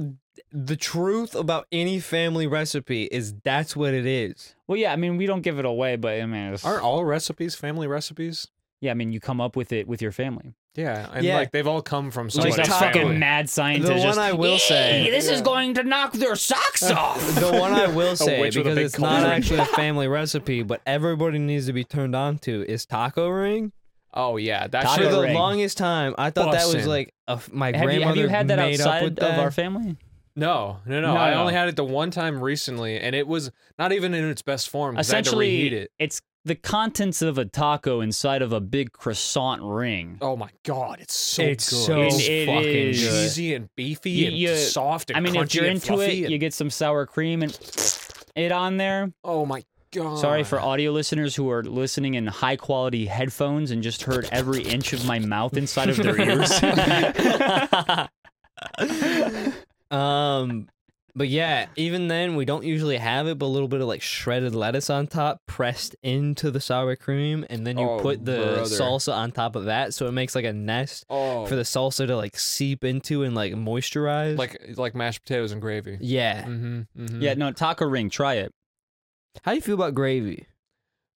Speaker 2: the truth about any family recipe is. That's what it is.
Speaker 1: Well, yeah. I mean, we don't give it away, but I mean, it's,
Speaker 3: Aren't all recipes family recipes?
Speaker 1: yeah. I mean, you come up with it with your family.
Speaker 3: Yeah, and
Speaker 2: Yeah.
Speaker 3: like they've all come from
Speaker 1: Like
Speaker 3: somebody's
Speaker 1: that
Speaker 2: taco.
Speaker 1: fucking
Speaker 3: family.
Speaker 1: mad scientist.
Speaker 2: The one
Speaker 1: just,
Speaker 2: I will say- Uh,
Speaker 1: "Hey, this is going to knock their socks off.
Speaker 2: The one I will say
Speaker 3: witch with a
Speaker 2: because
Speaker 3: big
Speaker 2: it's not
Speaker 3: culture.
Speaker 2: actually a family recipe, but everybody needs to be turned on to is taco ring.
Speaker 3: oh yeah, that
Speaker 1: Taco
Speaker 2: For
Speaker 3: shit.
Speaker 2: the
Speaker 1: ring.
Speaker 2: longest time, I thought that was
Speaker 3: Bussin'.
Speaker 2: like a f my
Speaker 1: have, you,
Speaker 2: grandmother
Speaker 1: have you had that
Speaker 2: made up
Speaker 1: outside
Speaker 2: with
Speaker 1: of
Speaker 2: that.
Speaker 1: our family?
Speaker 3: No, no, no,
Speaker 1: No,
Speaker 3: I
Speaker 1: no.
Speaker 3: only had it the one time recently, and it was not even in its best form. 'cause I had to reheat
Speaker 1: Essentially,
Speaker 3: it.
Speaker 1: it's the contents of a taco inside of a big croissant ring.
Speaker 3: Oh my god, it's so
Speaker 2: It's
Speaker 3: good.
Speaker 2: so
Speaker 1: It- it
Speaker 2: fucking
Speaker 1: is.
Speaker 2: good.
Speaker 3: cheesy and beefy
Speaker 1: You-
Speaker 3: and
Speaker 1: you-
Speaker 3: soft and
Speaker 1: I mean,
Speaker 3: crunchy
Speaker 1: if you're
Speaker 3: and
Speaker 1: into
Speaker 3: fluffy
Speaker 1: it,
Speaker 3: and-
Speaker 1: you get some sour cream and it on there.
Speaker 3: oh my god.
Speaker 1: Sorry for
Speaker 2: Oh.
Speaker 1: audio listeners who are listening in high quality headphones and just heard every inch of my mouth inside of their ears.
Speaker 2: Um, but yeah, even then we don't usually have it, but a little bit of like shredded lettuce on top, pressed into the sour cream, and then you
Speaker 3: Oh,
Speaker 2: put the
Speaker 3: brother.
Speaker 2: salsa on top of that, so it makes like a nest
Speaker 3: oh,
Speaker 2: for the salsa to like seep into and like moisturize.
Speaker 3: like like mashed potatoes and gravy.
Speaker 2: yeah.
Speaker 3: Mm-hmm, mm-hmm.
Speaker 1: yeah, no, taco ring, try it.
Speaker 2: How do you feel about gravy?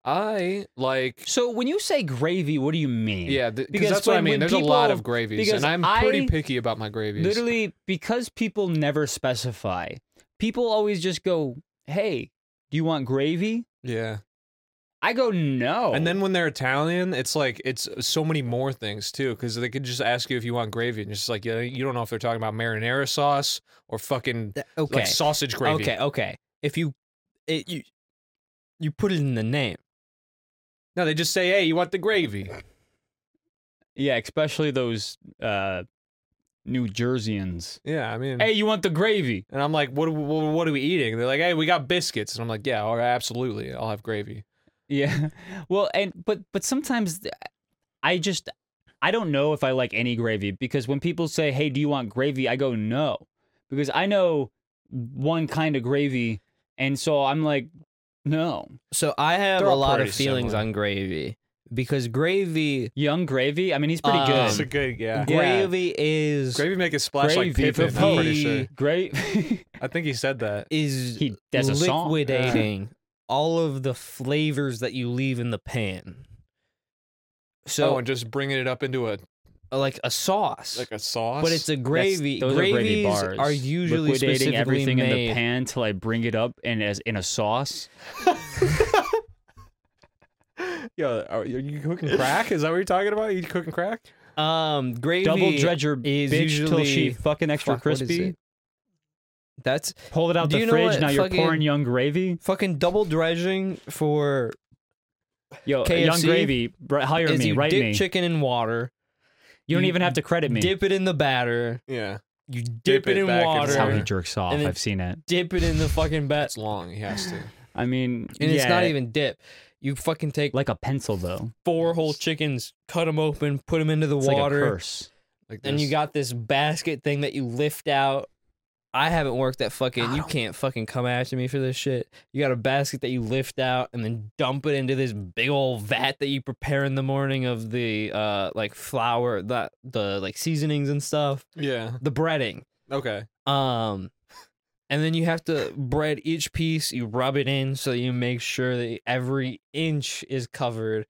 Speaker 3: I like.
Speaker 1: So when you say gravy, what do you mean?
Speaker 3: Yeah, th-
Speaker 1: Because
Speaker 3: because that's what I
Speaker 1: when- when
Speaker 3: mean. There's a lot
Speaker 1: people-
Speaker 3: of gravies,
Speaker 1: because
Speaker 3: and I'm pretty
Speaker 1: I
Speaker 3: picky about my gravies.
Speaker 1: Literally, because people never specify, people always just go, hey, do you want gravy?
Speaker 3: yeah.
Speaker 1: I go, no.
Speaker 3: And
Speaker 2: Oh.
Speaker 3: then when they're Italian, it's like it's so many more things too, because they could just ask you if you want gravy, and it's just like yeah, you don't know if they're talking about marinara sauce or fucking
Speaker 2: Okay.
Speaker 3: like sausage gravy.
Speaker 2: Okay, okay. If you it you you put it in the name.
Speaker 3: No, they just say, "Hey, you want the gravy?"
Speaker 1: yeah, especially those uh, New Jerseyans.
Speaker 3: Yeah, I mean,
Speaker 1: Hey, you want the gravy?
Speaker 3: and I'm like, "What? What, what are we eating?" They're like, "Hey, we got biscuits," and I'm like, "Yeah, all right, absolutely, I'll have gravy."
Speaker 1: Yeah. Well, and but but sometimes th- I just I don't know if I like any gravy because when people say, "Hey, do you want gravy?" I go, "No." Because I know one kind of gravy and so I'm like No.
Speaker 2: So I have
Speaker 3: They're
Speaker 2: a
Speaker 3: all
Speaker 2: lot
Speaker 3: pretty
Speaker 2: of feelings
Speaker 3: similar.
Speaker 2: on Gravy because Gravy,
Speaker 1: Young Gravy? I mean, he's pretty
Speaker 2: Um,
Speaker 3: That's a
Speaker 1: good.
Speaker 3: good yeah.
Speaker 1: Yeah.
Speaker 2: Gravy is
Speaker 3: Gravy make a splash like
Speaker 1: Gravy
Speaker 3: Pippin.
Speaker 1: for
Speaker 3: I'm pretty sure.
Speaker 2: Pete.
Speaker 1: Great.
Speaker 3: I think he said that.
Speaker 2: is
Speaker 1: He- there's a song.
Speaker 2: liquidating all of the flavors that you leave in the pan.
Speaker 3: So
Speaker 2: So
Speaker 3: Oh, and just bringing it up into a
Speaker 2: like a sauce,
Speaker 3: like a sauce.
Speaker 2: but it's a gravy.
Speaker 1: those
Speaker 2: Gravies
Speaker 1: are gravy bars.
Speaker 2: are usually
Speaker 1: liquidating
Speaker 2: specifically
Speaker 1: everything in
Speaker 2: made.
Speaker 1: the pan till I bring it up and as in a sauce.
Speaker 3: yo. Are you, you cooking crack? Is that what you're talking about? You cooking crack?
Speaker 2: Um, gravy
Speaker 1: Double dredge your
Speaker 2: is
Speaker 1: bitch till she
Speaker 2: usually-
Speaker 1: fucking extra
Speaker 2: Fuck, what is
Speaker 1: crispy.
Speaker 2: it? That's
Speaker 1: Pull it out
Speaker 2: Do
Speaker 1: the
Speaker 2: you know
Speaker 1: fridge.
Speaker 2: what
Speaker 1: Now you're
Speaker 2: fucking-
Speaker 1: pouring young gravy.
Speaker 2: fucking double dredging for
Speaker 1: Yo,
Speaker 2: KFC
Speaker 1: young gravy. br- Hire
Speaker 2: is
Speaker 1: me.
Speaker 2: you
Speaker 1: Write
Speaker 2: dip
Speaker 1: me.
Speaker 2: chicken in water,
Speaker 1: you don't
Speaker 2: you
Speaker 1: even have to credit me.
Speaker 2: dip it in the batter,
Speaker 3: Yeah,
Speaker 2: you dip,
Speaker 3: it
Speaker 2: it in
Speaker 3: back
Speaker 1: That's
Speaker 3: in
Speaker 2: water,
Speaker 1: how he
Speaker 3: water.
Speaker 1: jerks off.
Speaker 2: And then-
Speaker 1: I've seen it.
Speaker 2: dip it in the fucking bat,
Speaker 3: that's long. He has to.
Speaker 1: I mean,
Speaker 2: and it's
Speaker 1: yeah,
Speaker 2: not even dip. You fucking take
Speaker 1: like a pencil though.
Speaker 2: four whole chickens, cut them open, put them into the
Speaker 1: It's like a
Speaker 2: water,
Speaker 1: curse.
Speaker 3: Like
Speaker 2: and you
Speaker 3: this.
Speaker 2: got this basket thing that you lift out. I haven't worked that fucking. You can't fucking come after me for this shit. You got a basket that you lift out and then dump it into this big old vat that you prepare in the morning of the uh like flour that the like seasonings and stuff,
Speaker 3: yeah.
Speaker 2: the breading.
Speaker 3: Okay.
Speaker 2: Um, and then you have to bread each piece. You rub it in so you make sure that every inch is covered,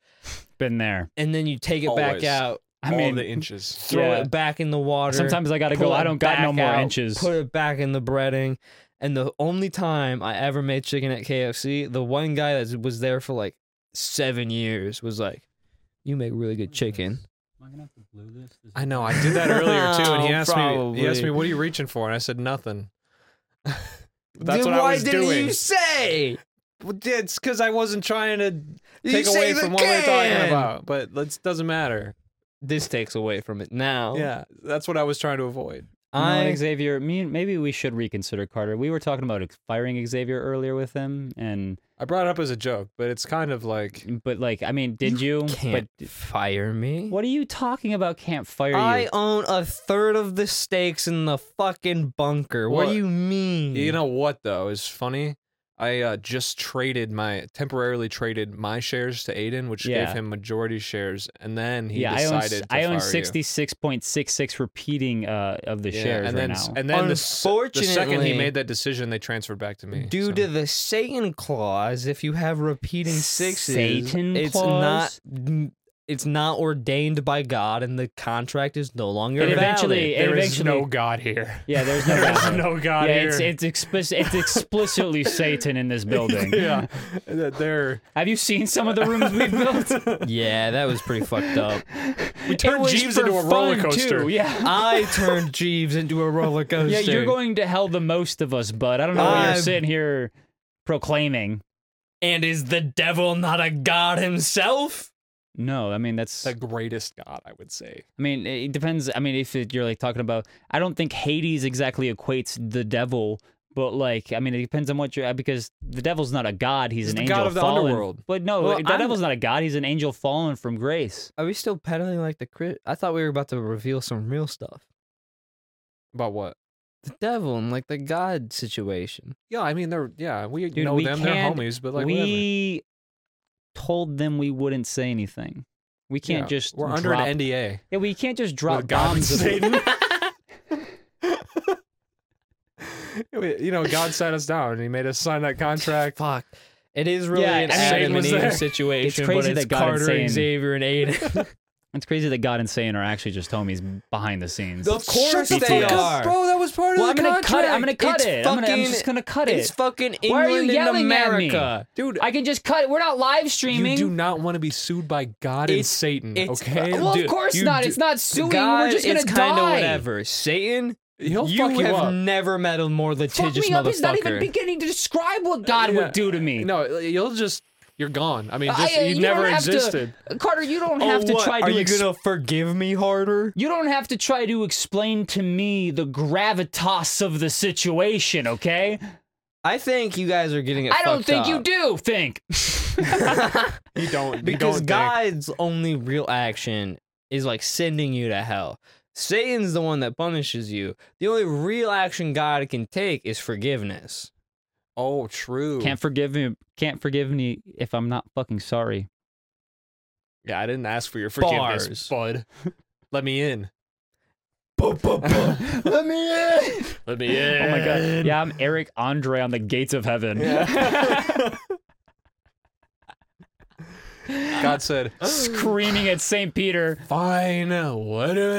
Speaker 1: Been there.
Speaker 2: and then you take it
Speaker 3: Always.
Speaker 2: back out,
Speaker 1: I
Speaker 3: All
Speaker 1: mean,
Speaker 3: the inches.
Speaker 2: throw
Speaker 1: Yeah.
Speaker 2: it back in the water.
Speaker 1: sometimes I gotta
Speaker 2: pull
Speaker 1: go. I
Speaker 2: it
Speaker 1: don't got no
Speaker 2: back
Speaker 1: more
Speaker 2: out,
Speaker 1: inches.
Speaker 2: Put it back in the breading. And the only time I ever made chicken at KFC, the one guy that was there for like seven years was like, "You make really good chicken."
Speaker 3: I know. I did that earlier too, and he
Speaker 2: Oh,
Speaker 3: asked me. He asked me,
Speaker 2: probably.
Speaker 3: "What are you reaching for?" And I said, "Nothing." That's what I
Speaker 2: why
Speaker 3: was
Speaker 2: didn't
Speaker 3: doing.
Speaker 2: you say?
Speaker 3: Well, yeah, it's because I wasn't trying to
Speaker 2: You
Speaker 3: take away
Speaker 2: say the
Speaker 3: from what we're talking
Speaker 2: can.
Speaker 3: about, but it doesn't matter.
Speaker 2: This takes away from it now.
Speaker 3: Yeah, that's what I was trying to avoid.
Speaker 1: You know what,
Speaker 2: I
Speaker 1: Xavier, me and- maybe we should reconsider Carter. We were talking about ex- firing Xavier earlier with him, and
Speaker 3: I brought it up as a joke, but it's kind of like
Speaker 1: but like, I mean, did you?
Speaker 2: can't fire me.
Speaker 1: But what are you talking about? Can't fire
Speaker 2: I
Speaker 1: you?
Speaker 2: own a third of the stakes in the fucking bunker. What,
Speaker 3: Well,
Speaker 2: do you mean?
Speaker 3: you know what though is funny. I uh, just traded my temporarily traded my shares to Aiden, which
Speaker 1: Yeah.
Speaker 3: gave him majority shares, and then he
Speaker 1: yeah, I own
Speaker 3: decided
Speaker 1: I
Speaker 3: to
Speaker 1: own
Speaker 3: fire you.
Speaker 1: sixty six point six six repeating uh, of the
Speaker 3: Yeah,
Speaker 1: shares
Speaker 3: and
Speaker 1: right
Speaker 3: then
Speaker 1: now.
Speaker 3: and then the, s- the second he
Speaker 2: Unfortunately-
Speaker 3: made that decision, they transferred back to me.
Speaker 2: Due
Speaker 3: so.
Speaker 2: to the Satan clause, if you have repeating sixes,
Speaker 1: Satan
Speaker 2: it's
Speaker 1: clause?
Speaker 2: not it's not ordained by God, and the contract is no longer
Speaker 1: It
Speaker 2: valid.
Speaker 1: eventually- it
Speaker 3: there is
Speaker 1: eventually-
Speaker 3: no God here.
Speaker 1: yeah, there's no
Speaker 3: There is
Speaker 1: doubt.
Speaker 3: no God
Speaker 1: yeah,
Speaker 3: here.
Speaker 1: it's it's, explicit, it's explicitly Satan in this building.
Speaker 3: yeah, that they're
Speaker 1: Have you seen some of the rooms we've built?
Speaker 2: yeah, that was pretty fucked up.
Speaker 3: we
Speaker 1: It
Speaker 3: turned
Speaker 1: was
Speaker 3: Jeeves
Speaker 1: for
Speaker 3: into a
Speaker 1: fun,
Speaker 3: roller
Speaker 1: too,
Speaker 3: coaster.
Speaker 1: Yeah.
Speaker 2: I turned Jeeves into a roller coaster.
Speaker 1: Yeah, you're going to hell the most of us, bud. I don't know what you're
Speaker 2: I'm-
Speaker 1: sitting here proclaiming.
Speaker 2: And is the devil not a god himself?
Speaker 1: No, I mean that's.
Speaker 3: The
Speaker 1: I
Speaker 3: greatest God, I would say.
Speaker 1: mean, it depends. I mean, if it, you're like talking about, I don't think Hades exactly equates the devil, but like, I mean, it depends on what you're uh, because the devil's not a god; he's,
Speaker 3: He's
Speaker 1: an
Speaker 3: the
Speaker 1: angel
Speaker 3: god of the
Speaker 1: fallen.
Speaker 3: underworld.
Speaker 1: But no,
Speaker 2: Well,
Speaker 1: the
Speaker 2: I'm-
Speaker 1: devil's not a god; he's an angel fallen from grace.
Speaker 2: Are we still peddling like the crit? I thought we were about to reveal some real stuff.
Speaker 3: About what?
Speaker 2: The devil and like the god situation.
Speaker 3: Yeah, I mean they're yeah we
Speaker 1: Dude,
Speaker 3: know
Speaker 1: we
Speaker 3: them. They're
Speaker 1: can't-
Speaker 3: homies, but like whatever.
Speaker 1: we told them we wouldn't say anything. We can't
Speaker 3: Yeah,
Speaker 1: just
Speaker 3: we're
Speaker 1: drop,
Speaker 3: under an NDA.
Speaker 1: Yeah, we can't just
Speaker 3: with
Speaker 1: drop
Speaker 3: God and
Speaker 1: bombs. of-
Speaker 3: Satan. We- you know, God sat us down and He made us sign that contract.
Speaker 2: Fuck. It is really
Speaker 1: Yeah,
Speaker 2: an
Speaker 1: I mean,
Speaker 2: Adam
Speaker 1: Satan
Speaker 2: and
Speaker 1: was
Speaker 2: Eve
Speaker 1: there.
Speaker 2: situation.
Speaker 1: It's crazy
Speaker 2: but it's
Speaker 1: that God
Speaker 2: Carter,
Speaker 1: insane-
Speaker 2: Xavier, and Aiden.
Speaker 1: It's crazy that God and Satan are actually just homies behind the scenes.
Speaker 2: of course
Speaker 3: Shut the
Speaker 2: they
Speaker 3: fuck
Speaker 2: are.
Speaker 3: up, bro. That was part
Speaker 2: Well,
Speaker 3: of
Speaker 2: I'm
Speaker 3: the
Speaker 2: gonna
Speaker 1: gonna
Speaker 3: contract.
Speaker 1: cut it. I'm gonna cut
Speaker 2: It's
Speaker 1: it. I'm, gonna, I'm
Speaker 2: fucking-
Speaker 1: just gonna cut
Speaker 2: It's
Speaker 1: it.
Speaker 2: fucking England
Speaker 1: Why are you yelling
Speaker 2: and
Speaker 1: at
Speaker 2: America.
Speaker 1: me?
Speaker 3: Dude,
Speaker 1: I can just cut it. We're not live streaming.
Speaker 3: you do not want to be sued by God and
Speaker 2: It's-
Speaker 3: Satan.
Speaker 2: it's-
Speaker 3: okay,
Speaker 1: well,
Speaker 2: Dude,
Speaker 1: of course
Speaker 2: you
Speaker 1: not.
Speaker 2: do-
Speaker 1: It's not suing.
Speaker 2: God
Speaker 1: We're just
Speaker 2: is
Speaker 1: gonna
Speaker 2: kinda
Speaker 1: die.
Speaker 2: whatever. Satan,
Speaker 3: he'll
Speaker 2: you
Speaker 3: fuck you
Speaker 2: have
Speaker 3: up.
Speaker 2: never met a more
Speaker 1: Fuck
Speaker 2: litigious
Speaker 1: me up. He's not even
Speaker 2: motherfucker.
Speaker 1: beginning to describe what God
Speaker 3: Yeah.
Speaker 1: would do to me.
Speaker 3: No, you'll just you're gone. I mean,
Speaker 1: I-
Speaker 3: just,
Speaker 1: I-
Speaker 3: you,
Speaker 1: don't
Speaker 3: never
Speaker 1: have to-
Speaker 3: existed.
Speaker 1: Carter. Oh, You don't have to try
Speaker 2: Are
Speaker 1: to.
Speaker 2: you
Speaker 1: ex-
Speaker 2: gonna forgive me, harder?
Speaker 1: you don't have to try to explain to me the gravitas of the situation, okay?
Speaker 2: I think you guys are getting it.
Speaker 1: I don't
Speaker 2: fucked
Speaker 1: think you
Speaker 2: up.
Speaker 1: do think.
Speaker 3: You don't you don't
Speaker 2: because
Speaker 3: think.
Speaker 2: God's only real action is like sending you to hell. Satan's the one that punishes you. The only real action God can take is forgiveness.
Speaker 3: Oh, true.
Speaker 1: Can't forgive me. Can't forgive me if I'm not fucking sorry.
Speaker 3: yeah, I didn't ask for your forgiveness,
Speaker 2: Bars.
Speaker 3: bud. Let me in.
Speaker 2: Let me in.
Speaker 3: Let me in.
Speaker 1: Oh my god. Yeah, I'm Eric Andre on the gates of heaven.
Speaker 3: God said,
Speaker 1: Screaming at St. Peter.
Speaker 3: "Fine, let him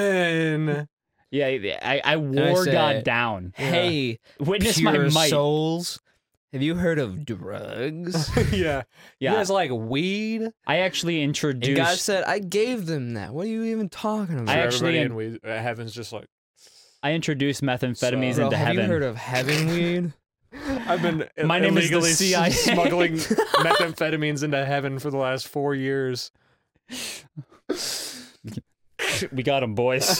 Speaker 3: in."
Speaker 1: Yeah, I, I wore
Speaker 2: said-
Speaker 1: God down.
Speaker 2: Hey,
Speaker 1: Witness
Speaker 2: pure
Speaker 1: my might.
Speaker 2: souls. Have you heard of drugs?
Speaker 3: yeah,
Speaker 1: Yeah.
Speaker 3: You guys like weed?
Speaker 1: I actually introduced.
Speaker 2: and God said, I gave them that. What are you even talking
Speaker 1: I
Speaker 2: about?
Speaker 1: actually
Speaker 3: everybody
Speaker 1: am-
Speaker 3: in weed, uh, heaven's just like
Speaker 1: I introduced methamphetamines
Speaker 2: Bro,
Speaker 1: into
Speaker 2: have
Speaker 1: heaven.
Speaker 2: you heard of heaven weed?
Speaker 3: I've been
Speaker 1: My name is the
Speaker 3: illegally s-
Speaker 1: CIA.
Speaker 3: smuggling methamphetamines into heaven for the last four years.
Speaker 1: we got him, boys.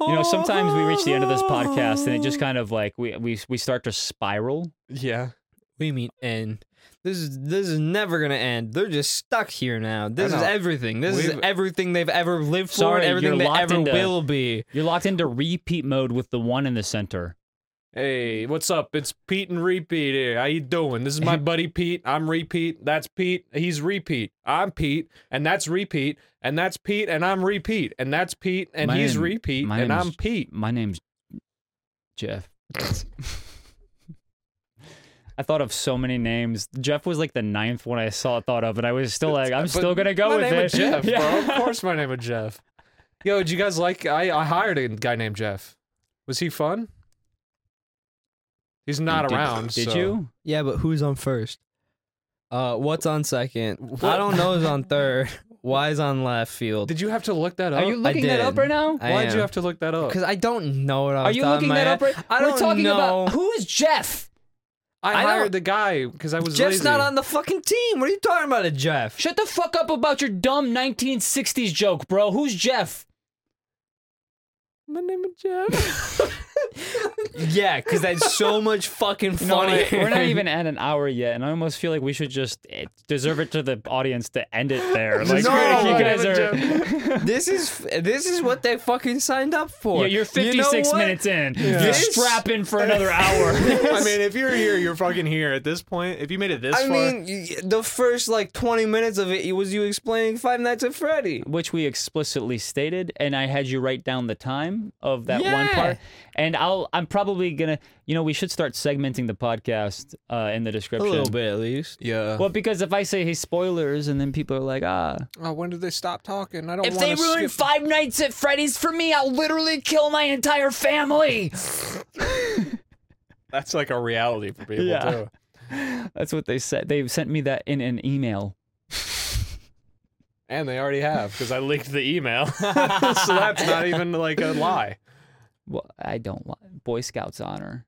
Speaker 1: You know, sometimes we reach the end of this podcast and it just kind of like we we we start to spiral.
Speaker 3: Yeah,
Speaker 2: We mean end. This is this is never gonna end. They're just stuck here now. This is
Speaker 3: know.
Speaker 2: everything. This is
Speaker 3: We've-
Speaker 2: everything they've ever lived for.
Speaker 1: Sorry,
Speaker 2: and everything
Speaker 1: you're
Speaker 2: they
Speaker 1: locked
Speaker 2: ever
Speaker 1: into-
Speaker 2: will be.
Speaker 1: You're locked into repeat mode with the one in the center.
Speaker 3: Hey, what's up? It's Pete and Repeat here. How you doing? This is my buddy Pete. I'm Repeat. That's Pete. He's Repeat. I'm Pete, and that's Repeat, and that's Pete, and I'm Repeat, and that's Pete, and
Speaker 1: My
Speaker 3: he's
Speaker 1: name-
Speaker 3: Repeat,
Speaker 1: my
Speaker 3: and
Speaker 1: name
Speaker 3: I'm
Speaker 1: is-
Speaker 3: Pete.
Speaker 1: My name's Jeff. I thought of so many names. Jeff was like the ninth one I saw thought of, and I was still like, I'm
Speaker 3: But
Speaker 1: still gonna go
Speaker 3: my
Speaker 1: with
Speaker 3: name
Speaker 1: it.
Speaker 3: is Jeff,
Speaker 1: Yeah.
Speaker 3: bro. Of course, my name is Jeff. Yo, did you guys like? I I hired a guy named Jeff. Was he fun? He's not
Speaker 1: Did-
Speaker 3: around.
Speaker 1: Did
Speaker 3: so-
Speaker 1: you?
Speaker 2: Yeah, but who's on first? Uh, what's on second? I don't know. Is on third. Why's on left field?
Speaker 3: Did you have to look that up?
Speaker 1: Are you looking that up
Speaker 2: did.
Speaker 1: right now?
Speaker 2: I
Speaker 3: Why'd
Speaker 2: am.
Speaker 3: you have to look that up?
Speaker 2: Because I don't know it. off
Speaker 1: Are
Speaker 2: the
Speaker 1: you
Speaker 2: top of
Speaker 1: looking
Speaker 2: my
Speaker 1: that up
Speaker 2: head.
Speaker 1: right?
Speaker 2: I don't
Speaker 1: We're talking
Speaker 2: know.
Speaker 1: about who is Jeff?
Speaker 3: I,
Speaker 2: I don't-
Speaker 3: hired the guy because I was
Speaker 2: Jeff's
Speaker 3: lazy.
Speaker 2: not on the fucking team. What are you talking about, a Jeff?
Speaker 1: Shut the fuck up about your dumb 1960s joke, bro. Who's Jeff?
Speaker 3: My name is Jeff.
Speaker 2: yeah, because that's so much fucking
Speaker 1: You know what?
Speaker 2: funnier.
Speaker 1: We're not even at an hour yet, and I almost feel like we should just eh, deserve it to the audience to end it there. Like
Speaker 2: No,
Speaker 1: you
Speaker 2: I
Speaker 1: guys
Speaker 3: haven't
Speaker 1: are.
Speaker 2: This is this is what they fucking signed up for.
Speaker 1: Yeah, you're
Speaker 2: You know
Speaker 1: 56
Speaker 2: what?
Speaker 1: minutes in. You're
Speaker 2: This-
Speaker 1: strapping for another hour.
Speaker 3: I mean, if you're here, you're fucking here at this point. If you made it this
Speaker 2: I mean, y- the first like 20 minutes of it was you explaining Five Nights at Freddy.
Speaker 1: Which we explicitly stated, and I had you write down the time of that one
Speaker 2: Yeah.
Speaker 1: part. And I'll, I'm probably gonna, you know, we should start segmenting the podcast uh, in the description.
Speaker 2: bit at least.
Speaker 3: yeah.
Speaker 1: Well, because if I say hey spoilers, and then people are like, ah,
Speaker 3: Oh, when did they stop talking? I don't.
Speaker 1: If they ruin Five Nights at Freddy's for me, I'll literally kill my entire family.
Speaker 3: that's like a reality for people
Speaker 1: Yeah.
Speaker 3: too.
Speaker 1: That's what they said. They sent me that in an email.
Speaker 3: And they already have because I leaked the email, so that's not even like a lie.
Speaker 1: Well, I don't want Boy Scouts honor.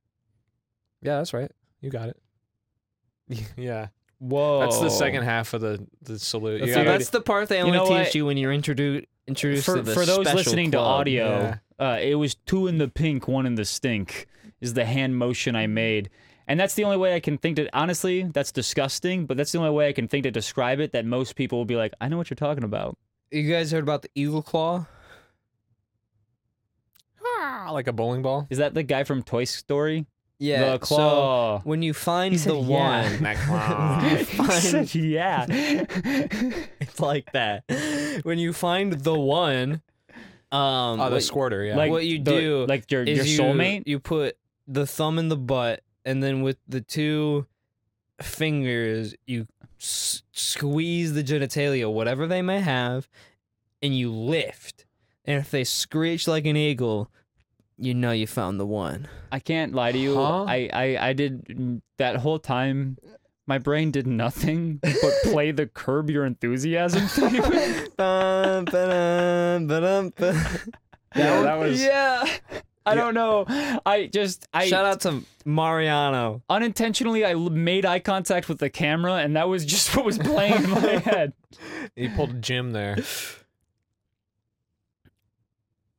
Speaker 3: Yeah, that's right. You got it. Yeah,
Speaker 1: Whoa,
Speaker 3: that's the second half of the the salute. You
Speaker 2: So
Speaker 3: gotta-
Speaker 2: that's the part they only
Speaker 1: know
Speaker 2: teach
Speaker 1: what?
Speaker 2: you when you're introduced introduced
Speaker 1: For,
Speaker 2: to the
Speaker 1: for those
Speaker 2: special
Speaker 1: listening to
Speaker 2: club.
Speaker 1: audio, uh, it was two in the pink, one in the stink. Is the hand motion I made, and that's the only way I can think to. Honestly, that's disgusting, but that's the only way I can think to describe it. That most people will be like, I know what you're talking about.
Speaker 2: You guys heard about the Eagle Claw?
Speaker 3: Ah, like a bowling ball.
Speaker 1: Is that the guy from Toy Story?
Speaker 2: Yeah.
Speaker 1: the claw.
Speaker 2: So when you find
Speaker 1: said,
Speaker 2: the
Speaker 1: "Yeah."
Speaker 2: one,
Speaker 3: Neckline.
Speaker 1: He said, yeah.
Speaker 2: it's like that. When you find the one, um,
Speaker 3: Oh, the
Speaker 2: what-
Speaker 3: squirter. Yeah.
Speaker 1: like
Speaker 2: What you
Speaker 1: the-
Speaker 2: do
Speaker 1: like your
Speaker 2: is
Speaker 1: your
Speaker 2: you-
Speaker 1: soulmate.
Speaker 2: You put the thumb in the butt, and then with the two fingers, you s- squeeze the genitalia, whatever they may have, and you lift. And if they screech like an eagle, you know you found the one.
Speaker 1: I can't lie to you.
Speaker 3: Huh?
Speaker 1: I, I I did that whole time. My brain did nothing but play the curb your enthusiasm theme.
Speaker 2: Dun, ba-dun, ba-dun, ba-
Speaker 3: yeah, that was.
Speaker 1: yeah. I don't know. I just I
Speaker 2: Shout out to Mariano.
Speaker 1: unintentionally I l- made eye contact with the camera and that was just what was playing in my head.
Speaker 3: He pulled Jim there.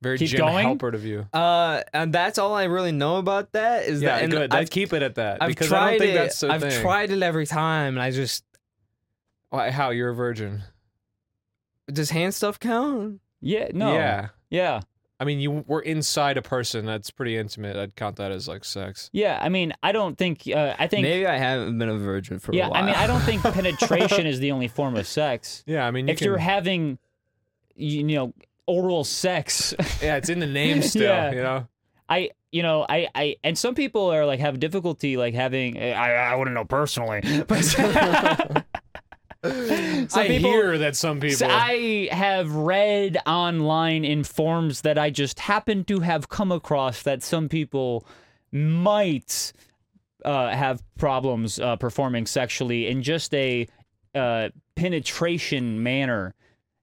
Speaker 3: Very
Speaker 1: Keep
Speaker 3: Jim
Speaker 1: going?
Speaker 3: Halpert of you.
Speaker 2: Uh, and that's all I really know about that is
Speaker 3: Yeah,
Speaker 2: that. And
Speaker 3: good.
Speaker 2: I've
Speaker 3: I'd keep it at that
Speaker 2: I've
Speaker 3: because
Speaker 2: tried
Speaker 3: I don't think
Speaker 2: it.
Speaker 3: that's the
Speaker 2: I've
Speaker 3: thing.
Speaker 2: tried it every time, and I just
Speaker 3: Why, how you're a virgin?
Speaker 2: does hand stuff count?
Speaker 1: Yeah, no.
Speaker 3: Yeah.
Speaker 1: Yeah.
Speaker 3: I mean, you were inside a person. That's pretty intimate. I'd count that as like sex.
Speaker 1: Yeah, I mean, I don't think. Uh, I think.
Speaker 2: Maybe I haven't been a virgin for
Speaker 1: yeah,
Speaker 2: a while.
Speaker 1: I mean, I don't think penetration is the only form of sex.
Speaker 3: Yeah, I mean, you
Speaker 1: if you're
Speaker 3: can-
Speaker 1: having, you know, oral sex,
Speaker 3: yeah, it's in the name still.
Speaker 1: Yeah.
Speaker 3: You know,
Speaker 1: I, you know, I, I, and some people are like have difficulty like having. I, I wouldn't know personally, but some
Speaker 3: I
Speaker 1: people-
Speaker 3: hear that some people.
Speaker 1: So I have read online in forms that I just happen to have come across that some people might uh, have problems uh, performing sexually in just a uh, penetration manner,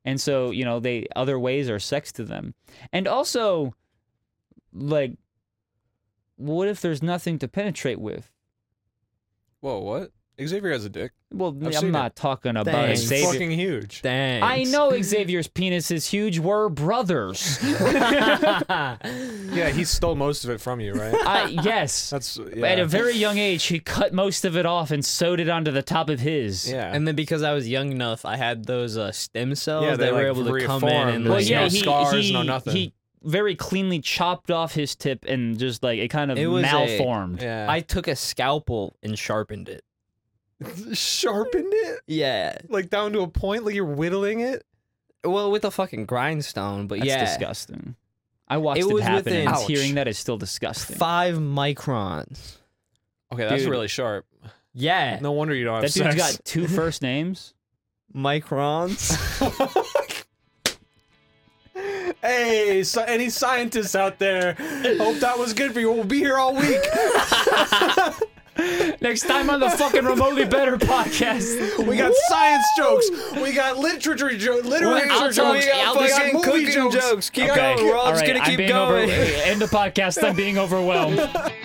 Speaker 1: and so you know they other ways are sex to them, and also like what if there's nothing to penetrate with?
Speaker 3: Whoa, what? Xavier has a dick.
Speaker 1: Well, i
Speaker 3: I've
Speaker 1: am
Speaker 3: seen
Speaker 1: not talking about
Speaker 2: Thanks.
Speaker 3: It's
Speaker 1: Xavier.
Speaker 3: fucking huge.
Speaker 2: Thanks.
Speaker 1: I know Xavier's penis is huge. We're brothers.
Speaker 3: Yeah, he stole most of it from you, right?
Speaker 1: I, yes.
Speaker 3: That's
Speaker 1: At a
Speaker 3: yeah.
Speaker 1: very young age, he cut most of it off and sewed it onto the top of his.
Speaker 3: Yeah.
Speaker 2: And then because I was young enough, I had those uh, stem cells
Speaker 3: Yeah, they,
Speaker 2: that were
Speaker 3: like,
Speaker 2: able to come in
Speaker 3: reformed.
Speaker 2: and
Speaker 1: Well,
Speaker 2: like,
Speaker 1: yeah,
Speaker 3: no
Speaker 1: he,
Speaker 3: scars,
Speaker 1: he,
Speaker 3: no nothing.
Speaker 1: he very cleanly chopped off his tip and just like it kind of
Speaker 2: It was a-
Speaker 1: malformed.
Speaker 3: yeah.
Speaker 2: I took a scalpel and sharpened it.
Speaker 3: sharpened it
Speaker 2: Yeah.
Speaker 3: like down to a point, like you're whittling it.
Speaker 2: Well, with a fucking grindstone, but
Speaker 1: That's
Speaker 2: yeah,
Speaker 1: disgusting. I watched
Speaker 2: It
Speaker 1: it,
Speaker 2: was
Speaker 1: happen and
Speaker 2: within- Ouch.
Speaker 1: hearing that is still disgusting.
Speaker 2: five microns.
Speaker 3: Okay, that's
Speaker 1: Dude.
Speaker 3: really sharp.
Speaker 2: Yeah,
Speaker 3: No wonder you don't
Speaker 1: that
Speaker 3: have
Speaker 1: dude's
Speaker 3: sex.
Speaker 1: got two first names.
Speaker 2: microns.
Speaker 3: Hey, so any scientists out there? Hope that was good for you. We'll be here all week.
Speaker 1: Next time on the fucking Remotely Better podcast.
Speaker 3: We got science jokes. We got literature jokes. Literature
Speaker 1: I'll
Speaker 3: jokes.
Speaker 1: talk-
Speaker 3: We got
Speaker 1: I'll just
Speaker 3: fucking
Speaker 2: cooking
Speaker 3: movie jokes.
Speaker 2: jokes. Keep
Speaker 1: Okay.
Speaker 2: going. We're all
Speaker 1: All
Speaker 2: just
Speaker 1: right,
Speaker 2: gonna
Speaker 1: I'm
Speaker 2: keep
Speaker 1: being
Speaker 2: going.
Speaker 1: Over- end the podcast. I'm being overwhelmed.